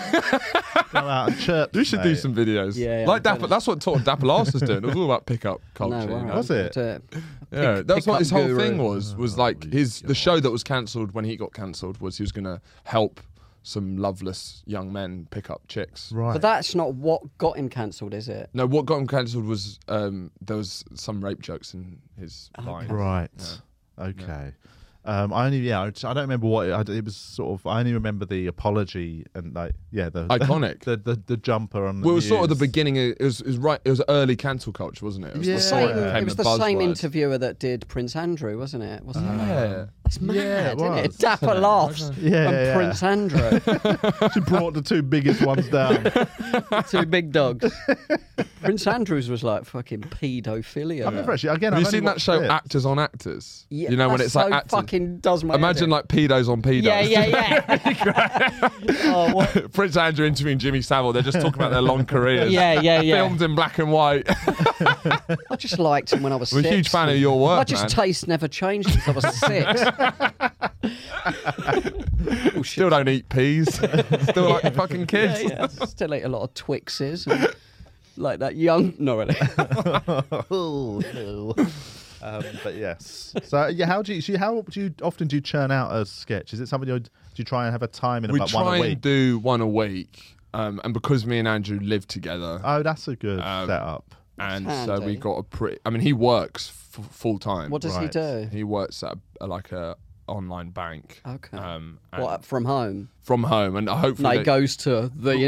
Speaker 2: go out and chirp.
Speaker 4: You should do
Speaker 2: mate.
Speaker 4: some videos.
Speaker 3: Yeah, yeah,
Speaker 4: like
Speaker 3: I'm
Speaker 4: Dapper, that's what Tor- Dapper Last was doing. It was all about pickup culture.
Speaker 3: No,
Speaker 4: you
Speaker 3: right.
Speaker 4: know?
Speaker 2: Was it?
Speaker 3: Uh,
Speaker 4: Yeah,
Speaker 3: pick-
Speaker 4: that's
Speaker 3: pick up
Speaker 4: what his whole
Speaker 3: guru.
Speaker 4: thing was. Was like his the show that was cancelled when he got cancelled was he was going to help some loveless young men pick up chicks.
Speaker 2: Right.
Speaker 3: But that's not what got him cancelled, is it?
Speaker 4: No, what got him cancelled was um, there was some rape jokes in his line.
Speaker 2: Right. Okay. Um, I only yeah I, just- I don't remember what it, I, it was sort of I only remember the apology and like yeah the
Speaker 4: Iconic.
Speaker 2: the, the the jumper on the
Speaker 4: Well, it was sort of the
Speaker 2: news.
Speaker 4: beginning. Of, it was it was right. It was early cancel culture, wasn't it? It was
Speaker 2: Yeah.
Speaker 3: The
Speaker 4: before
Speaker 3: same,
Speaker 4: became
Speaker 3: it was
Speaker 4: a
Speaker 3: the same
Speaker 4: buzzword.
Speaker 3: interviewer that did Prince Andrew, wasn't it? Wasn't it?
Speaker 4: Yeah.
Speaker 3: That's mad,
Speaker 2: Ah. Yeah, it
Speaker 3: isn't
Speaker 2: was.
Speaker 3: it? Dapper laughs.
Speaker 2: Yeah, yeah,
Speaker 3: and
Speaker 2: yeah.
Speaker 3: Prince Andrew,
Speaker 2: she brought the two biggest ones down
Speaker 3: two big dogs. Prince Andrews was like fucking paedophilia.
Speaker 2: I've never actually again
Speaker 4: Have you
Speaker 2: I've only
Speaker 4: seen that
Speaker 2: watched
Speaker 4: show,
Speaker 2: it.
Speaker 4: Actors on Actors?
Speaker 3: Yeah,
Speaker 4: you know when
Speaker 3: that
Speaker 4: it's
Speaker 3: so
Speaker 4: like actors.
Speaker 3: fucking does my
Speaker 4: Imagine
Speaker 3: head
Speaker 4: like pedos on pedos.
Speaker 3: in. yeah, yeah, yeah. oh, what?
Speaker 4: Prince Andrew interviewing Jimmy Savile. They're just talking about their long careers.
Speaker 3: Yeah, yeah, yeah.
Speaker 4: Filmed in black and white.
Speaker 3: I just liked him when I was
Speaker 4: I'm a
Speaker 3: six.
Speaker 4: huge fan of your work,
Speaker 3: My just
Speaker 4: man.
Speaker 3: taste never changed since I was six.
Speaker 4: Still don't eat peas. Still like fucking
Speaker 3: Oh, yeah,
Speaker 4: kids.
Speaker 3: yeah. Still ate a lot of Twixes. and Like that young, no really.
Speaker 2: Ooh, ooh. Oh, um, but yes. So yeah, how do you? So how do you often do you churn out a sketch? Is it something you do you try and have a time in
Speaker 4: We
Speaker 2: about
Speaker 4: try
Speaker 2: one a
Speaker 4: and
Speaker 2: week?
Speaker 4: do one a week, um, and because me and Andrew live together,
Speaker 2: oh, that's a good
Speaker 4: Um,
Speaker 2: setup.
Speaker 4: and
Speaker 3: That's
Speaker 4: so we
Speaker 3: handy.
Speaker 4: got a pretty. I mean, he works f- full time.
Speaker 3: What does he
Speaker 2: Right.
Speaker 3: do?
Speaker 4: He works at a, like a online bank.
Speaker 3: Okay.
Speaker 4: Um, and
Speaker 3: What, from home?
Speaker 4: from home, and hopefully
Speaker 3: No, he
Speaker 4: they-
Speaker 3: goes to the
Speaker 4: we- we-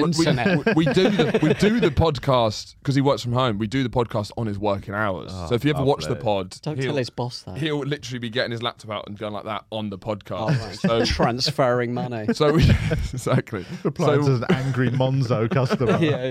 Speaker 3: internet.
Speaker 4: We, do the, we do the podcast because he works from home. We do the podcast on his working hours. so if you ever watch the
Speaker 2: Oh, lovely.
Speaker 4: pod,
Speaker 3: Don't
Speaker 4: he'll-
Speaker 3: tell his boss that.
Speaker 4: He'll literally be getting his laptop out and going like that on the
Speaker 3: Oh,
Speaker 4: podcast. So,
Speaker 3: Transferring money.
Speaker 4: so we, exactly.
Speaker 2: Replying
Speaker 4: so,
Speaker 2: to an angry Monzo customer.
Speaker 3: yeah,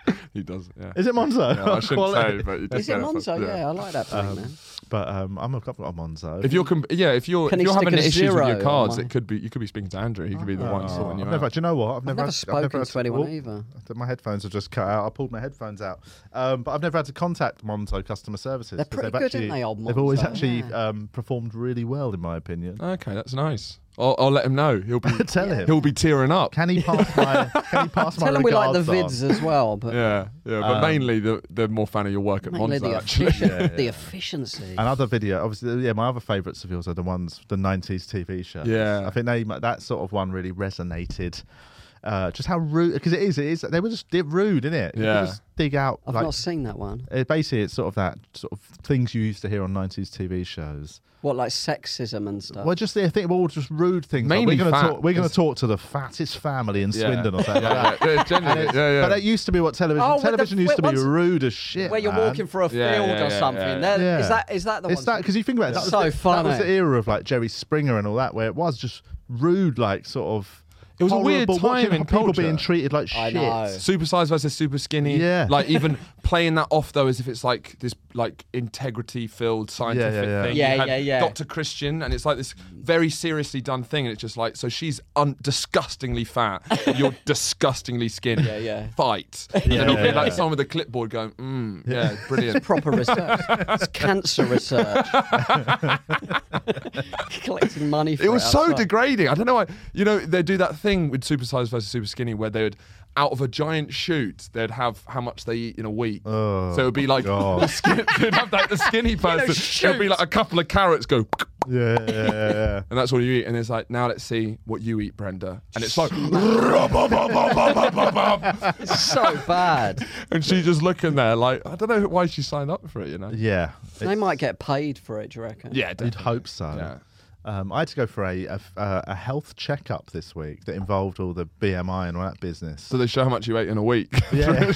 Speaker 3: yeah.
Speaker 4: he does. Yeah.
Speaker 2: Is it Monzo?
Speaker 4: Yeah, I shouldn't say, but you just
Speaker 3: Is it
Speaker 4: said if I-
Speaker 3: Monzo? Yeah. I like that thing, man.
Speaker 2: But um, I'm a couple of Monzo.
Speaker 4: If you're, comp- yeah, if you're,
Speaker 3: Can
Speaker 4: if you're
Speaker 3: he stick
Speaker 4: having
Speaker 3: a
Speaker 4: issues with
Speaker 3: zero
Speaker 4: your
Speaker 3: on
Speaker 4: cards,
Speaker 3: mine?
Speaker 4: it could be. You could be speaking to Andrew. He could be the one
Speaker 2: Oh,
Speaker 4: sorting you
Speaker 2: I've
Speaker 4: out.
Speaker 2: never, do you know what? I've
Speaker 3: I've
Speaker 2: never,
Speaker 3: never
Speaker 2: had, I've
Speaker 3: spoken
Speaker 2: never had
Speaker 3: to anyone
Speaker 2: oh,
Speaker 3: either.
Speaker 2: My headphones have just cut out. I pulled my headphones out, um, but I've never had to contact Monzo customer services.
Speaker 3: They're
Speaker 2: 'cause
Speaker 3: pretty
Speaker 2: they've
Speaker 3: good,
Speaker 2: actually,
Speaker 3: aren't they, old
Speaker 2: They've always
Speaker 3: Monzo?
Speaker 2: actually
Speaker 3: Yeah.
Speaker 2: um, performed really well, in my opinion.
Speaker 4: Okay, that's nice. I'll, I'll let him know. He'll be,
Speaker 2: Tell him.
Speaker 4: Oh, he'll be tearing up.
Speaker 2: Can he pass my? Can he pass my
Speaker 3: Tell him we like the
Speaker 2: regards on?
Speaker 3: vids as well, but
Speaker 4: yeah, yeah, but mainly the, they're more fan of your work at
Speaker 3: mainly
Speaker 4: Monzo
Speaker 3: the,
Speaker 4: actually.
Speaker 3: efficient,
Speaker 2: Yeah,
Speaker 3: the
Speaker 2: yeah.
Speaker 3: efficiency.
Speaker 2: And other video, obviously, uh, yeah. My other favourites of yours are the ones the '90s TV shows.
Speaker 4: Yeah.
Speaker 2: I think they that sort of one really resonated. Uh, just how rude, because it is, it is. They were just they're rude, innit? You could
Speaker 4: Yeah.
Speaker 2: just dig out
Speaker 3: I've
Speaker 2: like
Speaker 3: not seen that one.
Speaker 2: it, basically it's sort of that sort of things you used to hear on '90s TV shows.
Speaker 3: What, like sexism and stuff?
Speaker 2: Well, just the thing, all just rude things. like,
Speaker 4: Uh, Mainly
Speaker 2: we're gonna
Speaker 4: fat.
Speaker 2: talk. We're gonna
Speaker 4: It's-
Speaker 2: talk to the fattest family in
Speaker 4: Yeah.
Speaker 2: Swindon or something. like
Speaker 4: yeah,
Speaker 2: that.
Speaker 4: yeah,
Speaker 2: And
Speaker 4: generally,
Speaker 2: it's-
Speaker 4: yeah, yeah.
Speaker 2: But that used to be what television.
Speaker 3: Oh, with the-
Speaker 2: television used to be
Speaker 3: once-
Speaker 2: rude as shit.
Speaker 3: Where you're
Speaker 2: man.
Speaker 3: walking through a field
Speaker 4: Yeah, yeah,
Speaker 3: or
Speaker 4: yeah,
Speaker 3: something.
Speaker 4: yeah.
Speaker 3: There-
Speaker 2: Yeah.
Speaker 3: Is that is that the
Speaker 2: it's
Speaker 3: one?
Speaker 2: that because you think about it. That was
Speaker 3: So
Speaker 2: the, That was
Speaker 3: funny.
Speaker 2: the era of like Jerry Springer and all that, where it was just rude, like sort of.
Speaker 4: It was a weird
Speaker 2: horrible, watching
Speaker 4: time in
Speaker 2: people
Speaker 4: culture.
Speaker 2: being treated like shit.
Speaker 3: I know.
Speaker 4: super size versus super skinny.
Speaker 2: Yeah.
Speaker 4: Like even playing that off though as if it's like this like integrity filled scientific
Speaker 2: yeah.
Speaker 4: thing.
Speaker 3: Yeah,
Speaker 4: You had
Speaker 3: yeah, yeah.
Speaker 4: Dr. Christian and it's like this very seriously done thing and it's just like so she's un- disgustingly fat, but you're disgustingly skinny.
Speaker 3: Yeah, yeah.
Speaker 4: Fight. And then it'll be
Speaker 2: yeah,
Speaker 4: like
Speaker 2: yeah.
Speaker 4: someone with a clipboard going, mm, yeah, brilliant.
Speaker 3: proper research. it's cancer research. Collecting money for
Speaker 4: It was so
Speaker 3: outside.
Speaker 4: degrading. I don't know why. You know, they do that thing with super size versus super skinny where they would, out of a giant shoot, they'd have how much they eat in a week. so it would be like,
Speaker 2: Oh, God.
Speaker 4: the skin, they'd have like the skinny person. it would be
Speaker 3: shoot.
Speaker 4: like a couple of carrots go,
Speaker 2: Yeah, yeah, yeah, yeah.
Speaker 4: and that's all you eat. And it's like, now let's see what you eat, Brenda. And it's like,
Speaker 3: It's so bad.
Speaker 4: and she's just looking there like, I don't know why she signed up for it, you know?
Speaker 2: yeah.
Speaker 3: They might get paid for it, do you reckon?
Speaker 4: Yeah,
Speaker 2: You'd hope so.
Speaker 4: Yeah.
Speaker 2: Um, I had to go for a, a, a health checkup this week that involved all the BMI and all that business.
Speaker 4: So they show how much you ate in a week.
Speaker 2: yeah, yeah.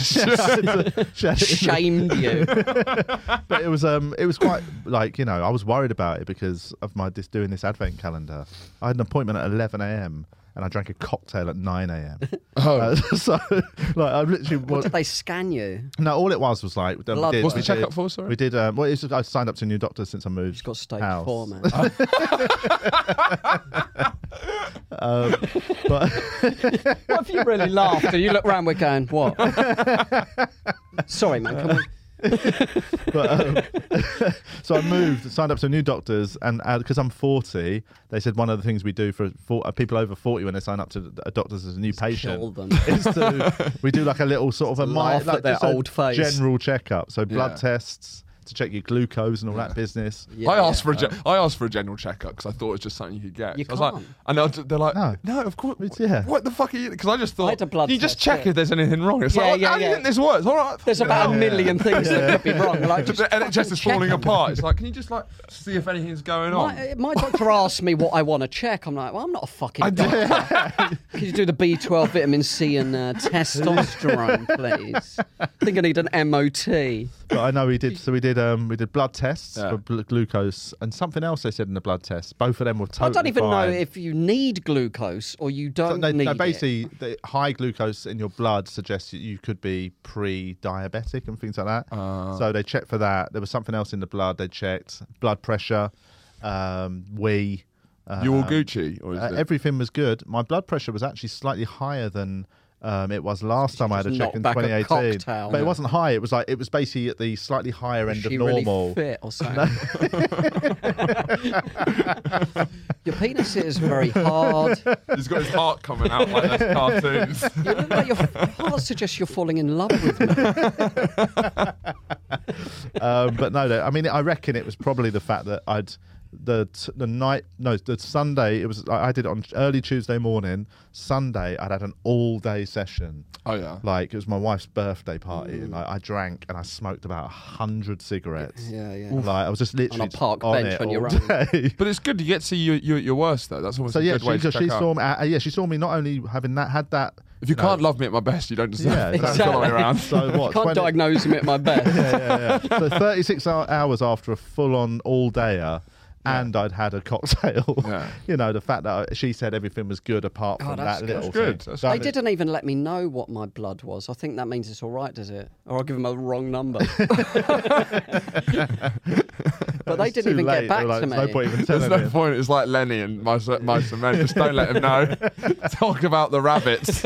Speaker 3: Shamed you.
Speaker 2: but it was um it was quite like you know I was worried about it because of my this doing this advent calendar. I had an appointment at eleven a.m. and I drank a cocktail at nine a.m. oh, so like I literally
Speaker 3: What
Speaker 2: was,
Speaker 3: did they scan you?
Speaker 2: no all it was was like we
Speaker 3: Blood
Speaker 2: did-
Speaker 3: What's the
Speaker 2: we did-
Speaker 4: checkup for, sorry?
Speaker 2: we did um, well it's just, I signed up to a new doctor since I moved.
Speaker 3: It's got stage
Speaker 2: house.
Speaker 3: four, man.
Speaker 2: Um, but
Speaker 3: what if you really laughed and you look round, we're going, what? Sorry, man. Can we...
Speaker 2: um, so I moved, signed up to new doctors, and because I'm 40, they said one of the things we do for, for uh, people over 40 when they sign up to a doctors as a new
Speaker 3: kill
Speaker 2: patient
Speaker 3: them.
Speaker 2: is to we do like a little sort of a mi-
Speaker 3: Laugh
Speaker 2: like
Speaker 3: at their
Speaker 2: just a
Speaker 3: old face.
Speaker 2: general checkup. So blood
Speaker 4: Yeah.
Speaker 2: tests to check your glucose and all that business.
Speaker 3: Yeah,
Speaker 4: I asked
Speaker 3: yeah.
Speaker 4: for a gen- I asked for a general checkup because I thought it was just something you could get.
Speaker 3: You
Speaker 4: So I was like,
Speaker 3: can't.
Speaker 4: and I was, they're like, no,
Speaker 2: No.
Speaker 4: of course,
Speaker 2: It's- yeah.
Speaker 4: What the fuck are you? Because I just thought
Speaker 3: had a blood
Speaker 4: you just
Speaker 3: test,
Speaker 4: check
Speaker 3: yeah.
Speaker 4: if there's anything wrong. It's
Speaker 3: Yeah,
Speaker 4: like,
Speaker 3: yeah,
Speaker 4: how do you
Speaker 3: yeah.
Speaker 4: think this works? All right,
Speaker 3: There's about a million things that could be wrong. Like,
Speaker 4: the
Speaker 3: just
Speaker 4: NHS
Speaker 3: fucking
Speaker 4: is
Speaker 3: check
Speaker 4: falling
Speaker 3: them.
Speaker 4: apart. It's like, can you just like see if anything's going on?
Speaker 3: My, my doctor asked me what I want to check. I'm like, well, I'm not a fucking doctor. Could you do the B12, vitamin C, and uh, testosterone, please? I think I need an MOT.
Speaker 2: But I know we did. So we did. Um, we did blood tests
Speaker 4: Yeah.
Speaker 2: for bl- glucose and something else they said in the blood test. Both of them were
Speaker 3: I
Speaker 2: totally.
Speaker 3: don't even
Speaker 2: fine.
Speaker 3: know if you need glucose or you
Speaker 2: So
Speaker 3: don't
Speaker 2: they,
Speaker 3: need
Speaker 2: they
Speaker 3: it.
Speaker 2: basically the high glucose in your blood suggests that you could be pre-diabetic and things like that.
Speaker 3: Ah.
Speaker 2: so they checked for that. There was something else in the blood. They checked blood pressure, um, wee. Uh,
Speaker 4: you all Gucci, or is
Speaker 2: uh,
Speaker 4: it?
Speaker 2: everything was good. My blood pressure was actually slightly higher than um, it was last time I had a
Speaker 3: just
Speaker 2: check
Speaker 3: knocked
Speaker 2: in
Speaker 3: back a
Speaker 2: 2018.
Speaker 3: cocktail.
Speaker 2: But it wasn't high. It was like it was basically at the slightly higher end
Speaker 3: Is
Speaker 2: of
Speaker 3: she
Speaker 2: normal.
Speaker 3: really fit or something? Your penis is very hard.
Speaker 4: He's got his heart coming out like those cartoons.
Speaker 3: You look like you're, I suggest you're falling in love with me.
Speaker 2: um, but no, no, I mean, I reckon it was probably the fact that I'd the t- the night no the Sunday it was I I did it on early Tuesday morning. Sunday I'd had an all day session.
Speaker 4: Oh yeah.
Speaker 2: Like it was my wife's birthday party, and like, I drank and I smoked about a hundred cigarettes.
Speaker 3: Yeah, yeah.
Speaker 2: Like I was just literally just
Speaker 3: park
Speaker 2: on
Speaker 3: bench
Speaker 2: it
Speaker 3: on
Speaker 2: all
Speaker 3: your own.
Speaker 2: day.
Speaker 4: But it's good you get to see you, you at your worst though. That's almost
Speaker 2: So
Speaker 4: a
Speaker 2: yeah,
Speaker 4: good way
Speaker 2: she,
Speaker 4: to
Speaker 2: so
Speaker 4: check
Speaker 2: she
Speaker 4: out.
Speaker 2: saw me. Uh, yeah, she saw me not only having that had that.
Speaker 4: If you
Speaker 2: no,
Speaker 4: can't love me at my best, you don't deserve
Speaker 2: Yeah,
Speaker 4: it. That's the other way
Speaker 2: exactly.
Speaker 4: around.
Speaker 2: So what?
Speaker 3: Can't
Speaker 2: 20
Speaker 3: diagnose him at my best.
Speaker 2: yeah, yeah. So 36 hou- hours after a full on all dayer. And I'd had a cocktail.
Speaker 4: Yeah.
Speaker 2: you know, the fact that I, she said everything was good apart from
Speaker 3: Oh, that's
Speaker 2: that little
Speaker 4: That's good.
Speaker 2: thing.
Speaker 4: That's
Speaker 3: They
Speaker 2: That-
Speaker 3: didn't even let me know what my blood was. I think that means it's all right, does it? Or I'll give them a wrong number. but they
Speaker 2: it's
Speaker 3: didn't
Speaker 2: too
Speaker 3: even
Speaker 2: late.
Speaker 3: get back
Speaker 2: They were like,
Speaker 3: to me.
Speaker 2: "There's No point even
Speaker 4: There's
Speaker 2: telling
Speaker 4: no
Speaker 2: him."
Speaker 4: point. It's like Lenny and my my cement. Just don't let him know. Talk about the rabbits.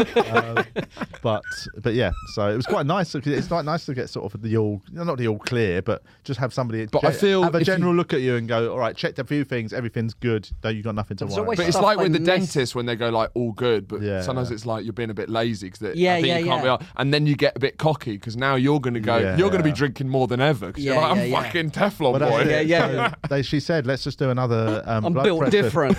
Speaker 2: but but yeah, so it was quite nice. to- It's like nice to get sort of the all not the all clear, but just have somebody.
Speaker 4: But I feel
Speaker 2: have a
Speaker 4: if you-
Speaker 2: general look at you and go, all right, checked a few things, everything's good. Though you have got nothing to
Speaker 3: There's
Speaker 2: worry.
Speaker 3: always
Speaker 2: about.
Speaker 4: But it's
Speaker 3: stuff
Speaker 4: like
Speaker 3: they
Speaker 4: with the
Speaker 3: miss.
Speaker 4: dentist when they go like all good, but
Speaker 2: Yeah.
Speaker 4: sometimes it's like you're being a bit lazy because I
Speaker 3: Yeah,
Speaker 4: think
Speaker 3: yeah,
Speaker 4: you can't
Speaker 3: yeah.
Speaker 4: be. Like, and then you get a bit cocky because now you're gonna go,
Speaker 2: Yeah.
Speaker 4: you're gonna be drinking more than ever because
Speaker 3: Yeah,
Speaker 4: you're like, I'm
Speaker 3: yeah, yeah.
Speaker 4: fucking Teflon
Speaker 2: Well, that's
Speaker 4: Oh, boy.
Speaker 2: it.
Speaker 3: Yeah, yeah, yeah.
Speaker 2: So They, she said, let's just do another. Um,
Speaker 3: I'm
Speaker 2: blood
Speaker 3: built
Speaker 2: pressure.
Speaker 3: different.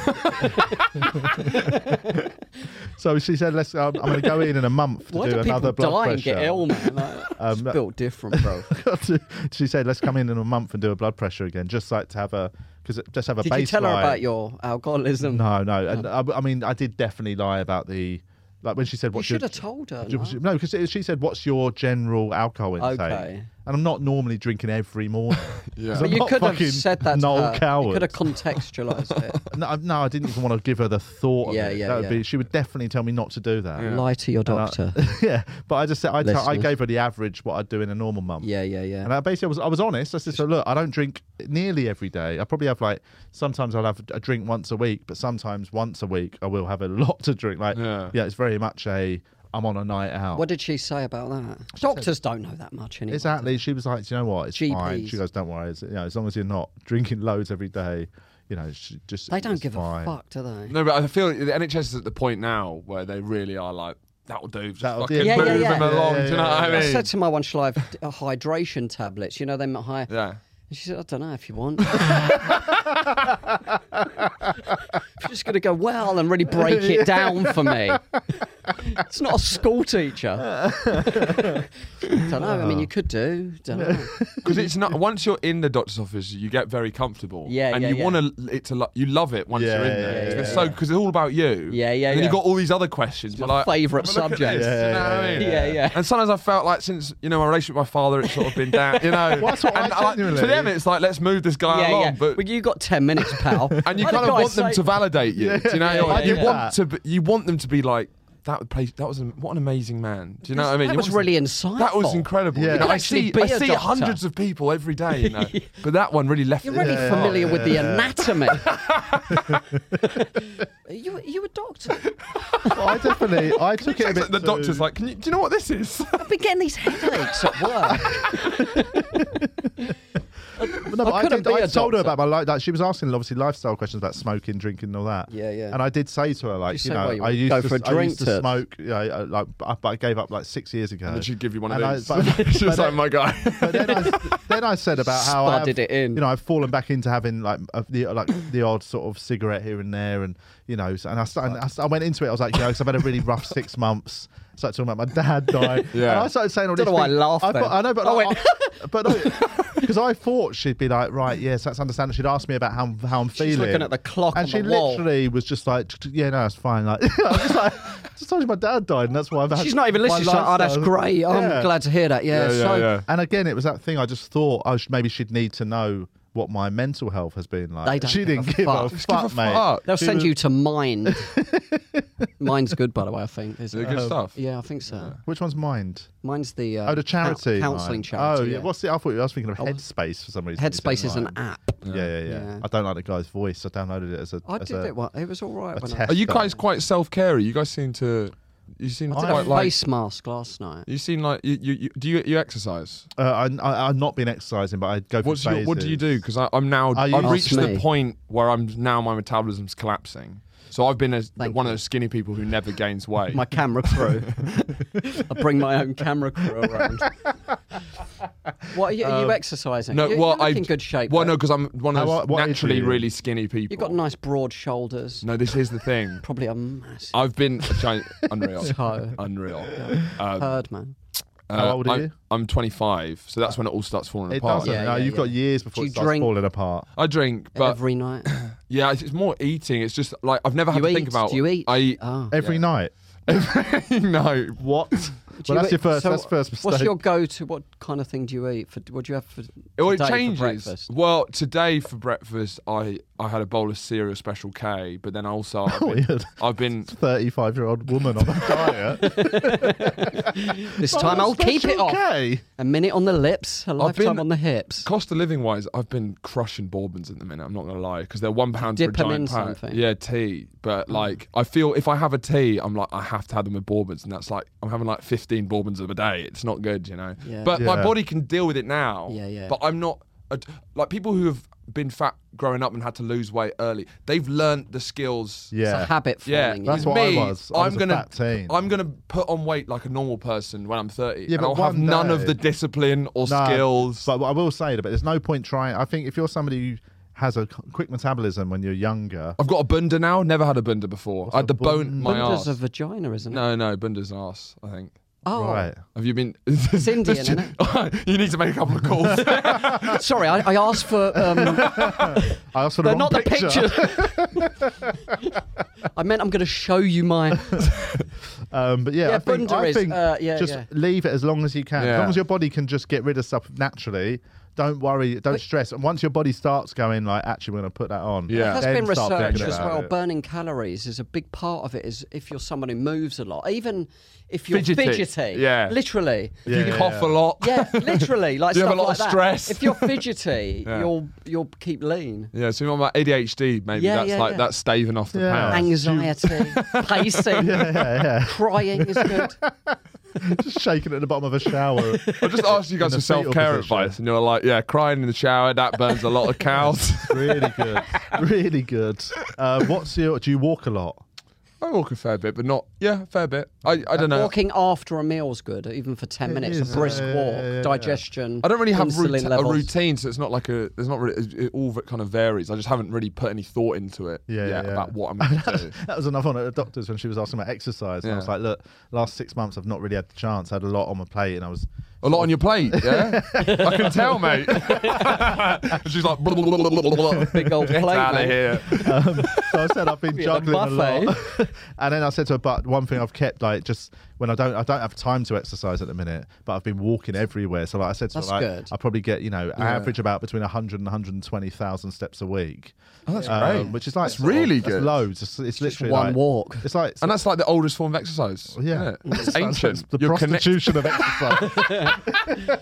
Speaker 2: So she said, let's. Um, I'm going to go in in a month to
Speaker 3: Why
Speaker 2: do
Speaker 3: do people
Speaker 2: another blood
Speaker 3: die
Speaker 2: pressure.
Speaker 3: and get ill, man? Like,
Speaker 2: Um,
Speaker 3: it's built different, bro.
Speaker 2: she said, "Let's come in in a month and do a blood pressure again, just like to have a because just have a
Speaker 3: Did
Speaker 2: baseline."
Speaker 3: you tell her about your alcoholism?
Speaker 2: No, no, and I, I mean, I did definitely lie about the like when she said,
Speaker 3: You
Speaker 2: "What's your?"
Speaker 3: should have told her.
Speaker 2: do you-
Speaker 3: no?
Speaker 2: No, because she said, "What's your general alcohol intake?"
Speaker 3: Okay.
Speaker 2: And I'm not normally drinking every morning.
Speaker 4: Yeah.
Speaker 2: 'Cause
Speaker 3: But
Speaker 2: I'm
Speaker 3: you
Speaker 2: not
Speaker 3: could have
Speaker 2: fucking
Speaker 3: said that.
Speaker 2: Noel
Speaker 3: to her. You
Speaker 2: Coward.
Speaker 3: could have contextualized it.
Speaker 2: No, I- no, I didn't even want to give her the thought. Of
Speaker 3: Yeah,
Speaker 2: it.
Speaker 3: yeah,
Speaker 2: That would
Speaker 3: yeah.
Speaker 2: be. She would definitely tell me not to do that.
Speaker 3: Lie to your
Speaker 2: And uh, I-
Speaker 3: doctor.
Speaker 2: yeah, but I just said I t- I
Speaker 3: Listeners.
Speaker 2: gave her the average what I'd do in a normal month.
Speaker 3: yeah, yeah, yeah.
Speaker 2: And I basically I was I was honest. I said, so look, I don't drink nearly every day. I probably have like sometimes I'll have a drink once a week, but sometimes once a week I will have a lot to drink. Like yeah,
Speaker 4: Yeah.
Speaker 2: it's very much a I'm on a night out.
Speaker 3: what did she say about that? Doctors don't know that much anymore.
Speaker 2: exactly. She was like, do you know what? It's fine.
Speaker 3: GPs.
Speaker 2: She goes, don't worry. It's, you know, as long as you're not drinking loads every day, you know, she just
Speaker 3: They don't
Speaker 2: it's
Speaker 3: give
Speaker 2: fine.
Speaker 3: a fuck, do they?
Speaker 4: No, but I feel the NHS is at the point now where they really are like, that'll do. Just
Speaker 2: That'll
Speaker 4: fucking
Speaker 2: do.
Speaker 3: Yeah,
Speaker 4: move
Speaker 3: yeah, yeah.
Speaker 4: him along.
Speaker 2: Yeah,
Speaker 4: do
Speaker 2: yeah,
Speaker 4: you know what
Speaker 2: yeah.
Speaker 4: I
Speaker 3: I
Speaker 4: mean?
Speaker 3: said to my one, shall I have d- uh, hydration tablets? You know, them high.
Speaker 4: yeah.
Speaker 3: And she said, I don't know if you want. She's just going to go, well, and really break it down for me. It's not a school teacher. I don't know. I mean, you could do. Don't know.
Speaker 4: Because it's not once you're in the doctor's office, you get very comfortable.
Speaker 3: Yeah,
Speaker 4: and
Speaker 3: yeah,
Speaker 4: you
Speaker 3: yeah.
Speaker 4: want to it to lo- you love it once
Speaker 2: Yeah,
Speaker 4: you're in
Speaker 2: yeah,
Speaker 4: there.
Speaker 2: yeah,
Speaker 4: It's
Speaker 2: yeah,
Speaker 4: so
Speaker 3: yeah.
Speaker 4: because it's all about you.
Speaker 3: Yeah, yeah,
Speaker 4: And then
Speaker 3: yeah.
Speaker 4: you got all these other questions.
Speaker 3: My
Speaker 4: You're like,
Speaker 3: favourite
Speaker 4: "Have a look at
Speaker 3: subject.
Speaker 4: this,"
Speaker 2: Yeah,
Speaker 4: you know what I
Speaker 2: yeah,
Speaker 4: mean?
Speaker 3: yeah, yeah.
Speaker 4: And sometimes I felt like since you know my relationship with my father, it's sort of been down. You know,
Speaker 2: Well, that's what I
Speaker 4: and like, to
Speaker 2: genuinely-
Speaker 4: them it's like let's move this guy
Speaker 3: yeah,
Speaker 4: along,
Speaker 3: yeah.
Speaker 4: but.
Speaker 3: well, you got ten minutes, pal.
Speaker 4: and you
Speaker 3: Why
Speaker 4: kind
Speaker 3: the
Speaker 4: of
Speaker 3: guy
Speaker 4: want them
Speaker 3: say-
Speaker 4: to validate you. do you know,
Speaker 3: Yeah, yeah,
Speaker 4: you
Speaker 3: yeah.
Speaker 4: want to, be, you want them to be like that. Place, that was an, what an amazing man. Do you know what I mean?
Speaker 3: That
Speaker 4: You
Speaker 3: was
Speaker 4: want to-
Speaker 3: really insightful.
Speaker 4: That was incredible.
Speaker 2: Yeah.
Speaker 4: You know,
Speaker 2: You
Speaker 4: I
Speaker 3: actually
Speaker 4: see,
Speaker 3: be
Speaker 4: I
Speaker 3: a
Speaker 4: see
Speaker 3: doctor.
Speaker 4: hundreds of people every day, you know. but that one really left.
Speaker 3: You're
Speaker 4: it.
Speaker 3: really
Speaker 2: Yeah,
Speaker 3: familiar
Speaker 2: yeah,
Speaker 3: with the
Speaker 2: yeah.
Speaker 3: anatomy. Are you, are you a doctor?
Speaker 2: Well, I definitely I took it a bit.
Speaker 4: the
Speaker 2: too-
Speaker 4: doctor's like, Can you, do you know what this is?
Speaker 3: I've been getting these headaches at work.
Speaker 2: No, but I,
Speaker 3: couldn't
Speaker 2: did,
Speaker 3: be
Speaker 2: I
Speaker 3: a
Speaker 2: told her
Speaker 3: doctor.
Speaker 2: about my life. Like, she was asking obviously lifestyle questions about smoking, drinking, and all that.
Speaker 3: Yeah, yeah.
Speaker 2: And I did say to her like,
Speaker 3: Did
Speaker 2: you
Speaker 3: you say
Speaker 2: know,
Speaker 3: why you
Speaker 2: I
Speaker 3: wouldn't
Speaker 2: used
Speaker 3: go
Speaker 2: to,
Speaker 3: for
Speaker 2: I
Speaker 3: a
Speaker 2: used
Speaker 3: drink
Speaker 2: to
Speaker 3: to-
Speaker 2: smoke. You know, I- like I, I gave up like six years ago.
Speaker 4: and she'd give you one of
Speaker 2: And I-
Speaker 4: these.
Speaker 2: but-
Speaker 4: she was
Speaker 2: but-
Speaker 4: like, my guy.
Speaker 2: But then I, then I said about how I have-
Speaker 3: Spudded it in.
Speaker 2: You know, I've fallen back into having like a, the uh, like the odd sort of cigarette here and there, and you know, so- and I started, I, sta- I went into it. I was like, you know, 'cause I've had a really rough six months. Started talking about my dad died.
Speaker 4: Yeah.
Speaker 2: And I started saying all
Speaker 3: Don't
Speaker 2: this.
Speaker 3: know why I
Speaker 2: thing-
Speaker 3: laughed
Speaker 2: I,
Speaker 3: then.
Speaker 2: thought- I know, but
Speaker 3: I
Speaker 2: like,
Speaker 3: went-
Speaker 2: I- but no, because I thought she'd be like, right, yes, that's understandable. She'd ask me about how how I'm feeling.
Speaker 3: She's looking at the clock
Speaker 2: and
Speaker 3: on
Speaker 2: she
Speaker 3: the wall.
Speaker 2: literally was just like, yeah, no, it's fine. Like, I was just like. Just told you my dad died, and that's why I've had.
Speaker 3: She's not even
Speaker 2: my
Speaker 3: listening. She's like, oh, that's
Speaker 2: lifestyle."
Speaker 3: great.
Speaker 2: Yeah.
Speaker 3: I'm glad to hear that. Yeah,
Speaker 4: Yeah, yeah,
Speaker 3: so
Speaker 4: yeah.
Speaker 2: And again, it was that thing. I just thought, oh, sh- maybe she'd need to know what my mental health has been like.
Speaker 3: They don't
Speaker 2: she
Speaker 3: give
Speaker 2: didn't
Speaker 3: a
Speaker 2: give
Speaker 3: fuck.
Speaker 2: a
Speaker 3: Just
Speaker 4: give
Speaker 2: fuck,
Speaker 4: a
Speaker 2: mate.
Speaker 4: fuck.
Speaker 3: they'll
Speaker 2: She
Speaker 3: send
Speaker 2: was-
Speaker 3: you to Mind. Mind's good, by the way, I think. Is
Speaker 4: Is it
Speaker 3: it?
Speaker 4: good
Speaker 2: Um,
Speaker 4: stuff?
Speaker 3: Yeah, I think so.
Speaker 2: Which one's mind?
Speaker 3: Mine's the uh,
Speaker 2: Oh, the charity.
Speaker 3: coun- counselling
Speaker 2: Mind.
Speaker 3: charity.
Speaker 2: Oh, yeah. What's the? I thought you- I was thinking of
Speaker 3: Oh.
Speaker 2: Headspace for some reason.
Speaker 3: Headspace is an
Speaker 2: Mind.
Speaker 3: app.
Speaker 4: Mm.
Speaker 2: Yeah, yeah, yeah,
Speaker 3: Yeah.
Speaker 2: I don't like the guy's voice. I downloaded it as a.
Speaker 3: I
Speaker 2: as
Speaker 3: did
Speaker 2: a-
Speaker 3: it. Well, it was all right.
Speaker 2: a
Speaker 3: When
Speaker 2: test.
Speaker 4: Are you
Speaker 2: Stop.
Speaker 4: guys quite self carey? You guys seem to. You seem
Speaker 3: I, I did
Speaker 4: quite
Speaker 3: a
Speaker 4: like.
Speaker 3: face mask last night.
Speaker 4: You seem like you, you, you do you you exercise?
Speaker 2: Uh, I, I, I've not been exercising, but I go. through
Speaker 4: What's your, what do you do?
Speaker 2: phases.
Speaker 4: Because I'm now
Speaker 2: Are you-
Speaker 4: I've
Speaker 2: Ask
Speaker 4: reached
Speaker 3: me.
Speaker 4: the point where I'm now my metabolism's collapsing. So I've been a,
Speaker 3: Thank
Speaker 4: one of
Speaker 3: you.
Speaker 4: those skinny people who never gains weight.
Speaker 3: my camera crew. I bring my own camera crew around. What are you, are you exercising?
Speaker 4: Um, No,
Speaker 3: you're,
Speaker 4: well,
Speaker 3: you're
Speaker 4: I
Speaker 3: in good shape.
Speaker 4: Well,
Speaker 3: though.
Speaker 4: no, because I'm one of
Speaker 2: How-
Speaker 4: those
Speaker 2: what age are
Speaker 4: naturally
Speaker 2: you?
Speaker 4: really skinny people.
Speaker 3: you've got nice broad shoulders.
Speaker 4: No, this is the thing.
Speaker 3: Probably a massive
Speaker 4: I've been a giant, unreal,
Speaker 3: Toe.
Speaker 4: unreal. Uh,
Speaker 3: herd, man.
Speaker 2: How old are
Speaker 4: I'm,
Speaker 2: you?
Speaker 4: I'm 25, so that's when it all starts falling
Speaker 2: It
Speaker 4: apart.
Speaker 2: doesn't.
Speaker 3: Yeah,
Speaker 2: no,
Speaker 3: yeah,
Speaker 2: you've
Speaker 3: yeah.
Speaker 2: got years before
Speaker 3: Do
Speaker 2: it
Speaker 3: you
Speaker 2: starts
Speaker 3: drink-
Speaker 2: falling apart.
Speaker 4: I drink, but
Speaker 3: Every night.
Speaker 4: yeah, it's, it's more eating. It's just like I've never had
Speaker 3: You
Speaker 4: to
Speaker 3: eat?
Speaker 4: think about.
Speaker 3: Do you eat?
Speaker 4: I eat.
Speaker 3: Ah.
Speaker 2: Every night.
Speaker 4: no,
Speaker 2: Uh. What?
Speaker 3: Do
Speaker 2: well,
Speaker 3: you
Speaker 2: that's your
Speaker 3: eat-
Speaker 2: first.
Speaker 3: so
Speaker 2: that's first mistake.
Speaker 3: What's your go-to? What kind of thing do you eat? For what do you have for?
Speaker 4: Well, it
Speaker 3: today for
Speaker 4: changes.
Speaker 3: breakfast?
Speaker 4: Well, today for breakfast, I, I had a bowl of cereal special K, but then also
Speaker 3: Oh,
Speaker 4: I've been,
Speaker 2: Weird.
Speaker 4: I've been
Speaker 2: 35 year old woman on a diet.
Speaker 3: This
Speaker 2: Oh,
Speaker 3: time I'll keep it off.
Speaker 2: Okay.
Speaker 3: A minute on the lips, a lifetime
Speaker 4: been-
Speaker 3: on the hips.
Speaker 4: cost of living wise, I've been crushing bourbons at the minute. I'm not gonna lie, because they're one pound
Speaker 3: Dip
Speaker 4: for a
Speaker 3: 'em
Speaker 4: giant
Speaker 3: in
Speaker 4: pack.
Speaker 3: something. Mm.
Speaker 4: Yeah, tea. But like, I feel if I have a tea, I'm like, I have to have them with bourbons, and that's like, I'm having like 15 bourbons of a day. It's not good, you know.
Speaker 3: Yeah.
Speaker 4: But my
Speaker 2: Yeah.
Speaker 4: body can deal with it now.
Speaker 3: Yeah, yeah.
Speaker 4: But I'm not a, like people who have been fat growing up and had to lose weight early. They've learned the skills.
Speaker 3: It's a
Speaker 2: Yeah.
Speaker 3: habit
Speaker 4: Yeah,
Speaker 3: forming.
Speaker 2: That's
Speaker 3: yeah.
Speaker 4: with
Speaker 2: what I
Speaker 4: me,
Speaker 2: was. I
Speaker 4: I'm
Speaker 2: was a
Speaker 4: gonna,
Speaker 2: fat teen.
Speaker 4: I'm gonna put on weight like a normal person when I'm 30.
Speaker 2: Yeah,
Speaker 4: and
Speaker 2: but
Speaker 4: I'll have
Speaker 2: one
Speaker 4: none of
Speaker 2: day-
Speaker 4: the discipline or
Speaker 2: No,
Speaker 4: skills.
Speaker 2: But what I will say, but there's no point trying. I think if you're somebody who has a qu- quick metabolism when you're younger,
Speaker 4: I've got a bunda now. Never had a bunda before. I had
Speaker 2: a
Speaker 4: to bone
Speaker 2: bun-
Speaker 4: my
Speaker 3: Bunda's
Speaker 4: ass.
Speaker 3: a vagina, isn't it?
Speaker 4: no, no, bunda's ass. I think.
Speaker 3: Oh,
Speaker 2: right?
Speaker 4: Have you been?
Speaker 3: Indian, isn't
Speaker 4: you need to make a couple of calls.
Speaker 3: sorry, I, I asked for. Um,
Speaker 2: I also
Speaker 3: they're
Speaker 2: the wrong
Speaker 3: not
Speaker 2: picture.
Speaker 3: the picture. I meant I'm going to show you my.
Speaker 2: Um, but yeah,
Speaker 3: Yeah,
Speaker 2: I think,
Speaker 3: Bunda
Speaker 2: I
Speaker 3: is,
Speaker 2: think
Speaker 3: uh, yeah,
Speaker 2: just
Speaker 3: yeah.
Speaker 2: leave it as long as you can.
Speaker 4: Yeah.
Speaker 2: As long as your body can just get rid of stuff naturally. Don't worry, don't stress. And once your body starts going like, actually, we're gonna put that on.
Speaker 4: Yeah.
Speaker 3: There's
Speaker 2: then
Speaker 3: been
Speaker 2: start thinking
Speaker 3: research as
Speaker 2: about
Speaker 3: well.
Speaker 2: it.
Speaker 3: Burning calories is a big part of it. Is if you're someone who moves a lot, even if you're
Speaker 4: Fidgety.
Speaker 3: fidgety,
Speaker 4: Yeah.
Speaker 3: literally,
Speaker 2: Yeah,
Speaker 4: you
Speaker 2: yeah,
Speaker 4: cough
Speaker 2: yeah.
Speaker 4: a lot.
Speaker 3: yeah, literally, like
Speaker 4: Do you have
Speaker 3: stuff
Speaker 4: a lot
Speaker 3: like
Speaker 4: of
Speaker 3: that.
Speaker 4: stress?
Speaker 3: If you're fidgety,
Speaker 4: Yeah.
Speaker 3: you'll you'll keep lean.
Speaker 4: Yeah, so on my ADHD, maybe
Speaker 3: Yeah,
Speaker 4: that's
Speaker 3: yeah,
Speaker 4: like
Speaker 3: yeah.
Speaker 4: that's staving off the
Speaker 2: Yeah.
Speaker 4: pounds.
Speaker 2: Ang-
Speaker 3: Anxiety, pacing, crying is good.
Speaker 2: just shaking at the bottom of a shower.
Speaker 4: I just asked you guys
Speaker 2: In
Speaker 4: for
Speaker 2: a fetal
Speaker 4: self care
Speaker 2: position.
Speaker 4: advice, and you're like, yeah, crying in the shower that burns a lot of cows.
Speaker 2: really good, really good. Uh, what's your? Do you walk a lot?
Speaker 4: I walk a fair bit, but not yeah, a fair bit. I, I don't know.
Speaker 3: Walking after a meal's good, even for ten minutes.
Speaker 2: is,
Speaker 3: a brisk
Speaker 2: yeah, yeah,
Speaker 3: walk,
Speaker 2: yeah, yeah.
Speaker 3: digestion.
Speaker 4: I don't really have
Speaker 3: insulin
Speaker 4: rout- a
Speaker 3: levels.
Speaker 4: routine, so it's not like a. There's not really. It, it all kind of varies. I just haven't really put any thought into it
Speaker 2: Yeah,
Speaker 4: yet
Speaker 2: yeah.
Speaker 4: about what I'm going to do.
Speaker 2: That was another one at the doctor's when she was asking about exercise, and I was
Speaker 4: Yeah.
Speaker 2: like, "Look, last six months I've not really had the chance. I had a lot on my plate, and I was
Speaker 4: A lot on your plate, yeah. I can tell, mate. She's like, blah, blah, blah, blah, blah, blah.
Speaker 3: Big old
Speaker 4: get
Speaker 3: plate,
Speaker 4: out of
Speaker 3: mate.
Speaker 4: here.
Speaker 2: Um, so I said I've been
Speaker 3: Yeah, the
Speaker 2: juggling a lot, and then I said to her, "But one thing I've kept like just when I don't I don't have time to exercise at the minute, but I've been walking everywhere. So like I said to
Speaker 3: That's
Speaker 2: her, like
Speaker 3: good.
Speaker 2: I probably get you know average about between 100 and 120,000 steps a week. Oh, that's
Speaker 4: great.
Speaker 2: Which is like
Speaker 4: That's
Speaker 2: sort of-
Speaker 4: really
Speaker 2: that's
Speaker 4: good.
Speaker 2: loads. It's, it's
Speaker 3: Just
Speaker 2: literally
Speaker 3: one
Speaker 2: like-
Speaker 3: walk.
Speaker 2: It's like
Speaker 4: And that's like the oldest form of exercise.
Speaker 2: Oh, yeah,
Speaker 4: isn't it? It's
Speaker 2: That's- that's
Speaker 4: ancient.
Speaker 2: The
Speaker 4: you're, connect-
Speaker 2: prostitution of exercise.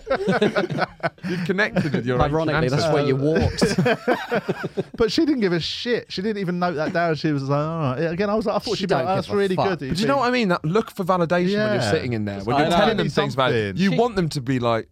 Speaker 4: you're connected with your ancient
Speaker 3: Ironically, that's
Speaker 4: ancestors.
Speaker 3: where you walked.
Speaker 2: But she didn't give a shit. She didn't even note that down. She was like, oh. Yeah, again, I was like, I thought
Speaker 3: She
Speaker 2: she'd be like,
Speaker 3: don't
Speaker 2: "Oh, that's
Speaker 3: give a
Speaker 2: really
Speaker 3: fuck."
Speaker 2: good. that
Speaker 4: But do you know what I mean? That look for validation when
Speaker 2: Yeah.
Speaker 4: you're sitting in there, when
Speaker 3: I
Speaker 4: you're
Speaker 3: know.
Speaker 4: telling them things about
Speaker 2: Something.
Speaker 4: you
Speaker 3: She-
Speaker 4: want them to be like,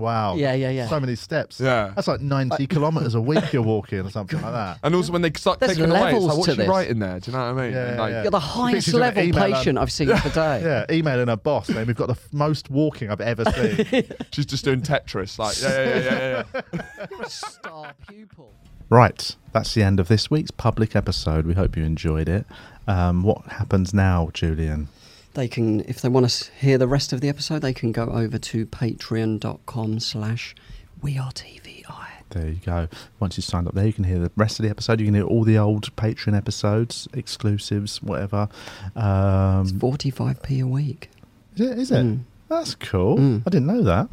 Speaker 2: Wow.
Speaker 3: Yeah, yeah, yeah.
Speaker 2: So many steps.
Speaker 4: Yeah.
Speaker 2: That's like 90 kilometers a week you're walking or something like that.
Speaker 4: and also when they start
Speaker 3: There's
Speaker 4: taking away, it's
Speaker 3: levels
Speaker 4: like,
Speaker 3: to
Speaker 4: what's she
Speaker 3: this.
Speaker 4: writing there? Do you know what I mean?
Speaker 2: Yeah,
Speaker 4: And
Speaker 2: yeah,
Speaker 4: like,
Speaker 2: yeah.
Speaker 3: You're the
Speaker 2: think she's
Speaker 3: highest
Speaker 2: gonna
Speaker 3: level
Speaker 2: email her.
Speaker 3: patient I've seen today.
Speaker 2: Yeah, emailing her boss, saying we've got the f- most walking I've ever seen.
Speaker 4: She's just doing Tetris. Like, yeah, yeah, yeah, yeah. yeah.
Speaker 3: You're a star pupil.
Speaker 2: right, that's the end of this week's public episode. We hope you enjoyed it. Um, what happens now, Julian?
Speaker 3: They can, if they want to hear the rest of the episode, they can go over to patreon.com slash we are TVI.
Speaker 2: There you go. Once you signed up there, you can hear the rest of the episode. You can hear all the old Patreon episodes, exclusives, whatever. Um,
Speaker 3: 45p a week.
Speaker 2: Is it? Is it?
Speaker 3: Mm.
Speaker 2: That's cool.
Speaker 3: Mm.
Speaker 2: I didn't know that.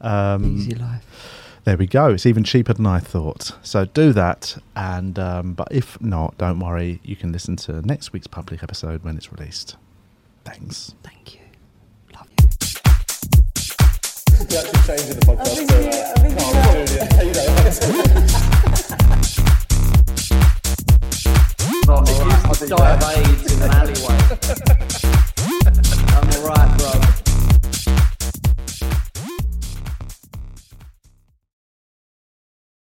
Speaker 2: Um,
Speaker 3: Easy life.
Speaker 2: there we go. It's even cheaper than I thought. So do that. And um, but if not, don't worry. You can listen to next week's public episode when it's released. Thanks.
Speaker 3: Thank you. Love you.
Speaker 1: We actually changing the podcast. so, uh, no, I'm sorry, yeah, you know,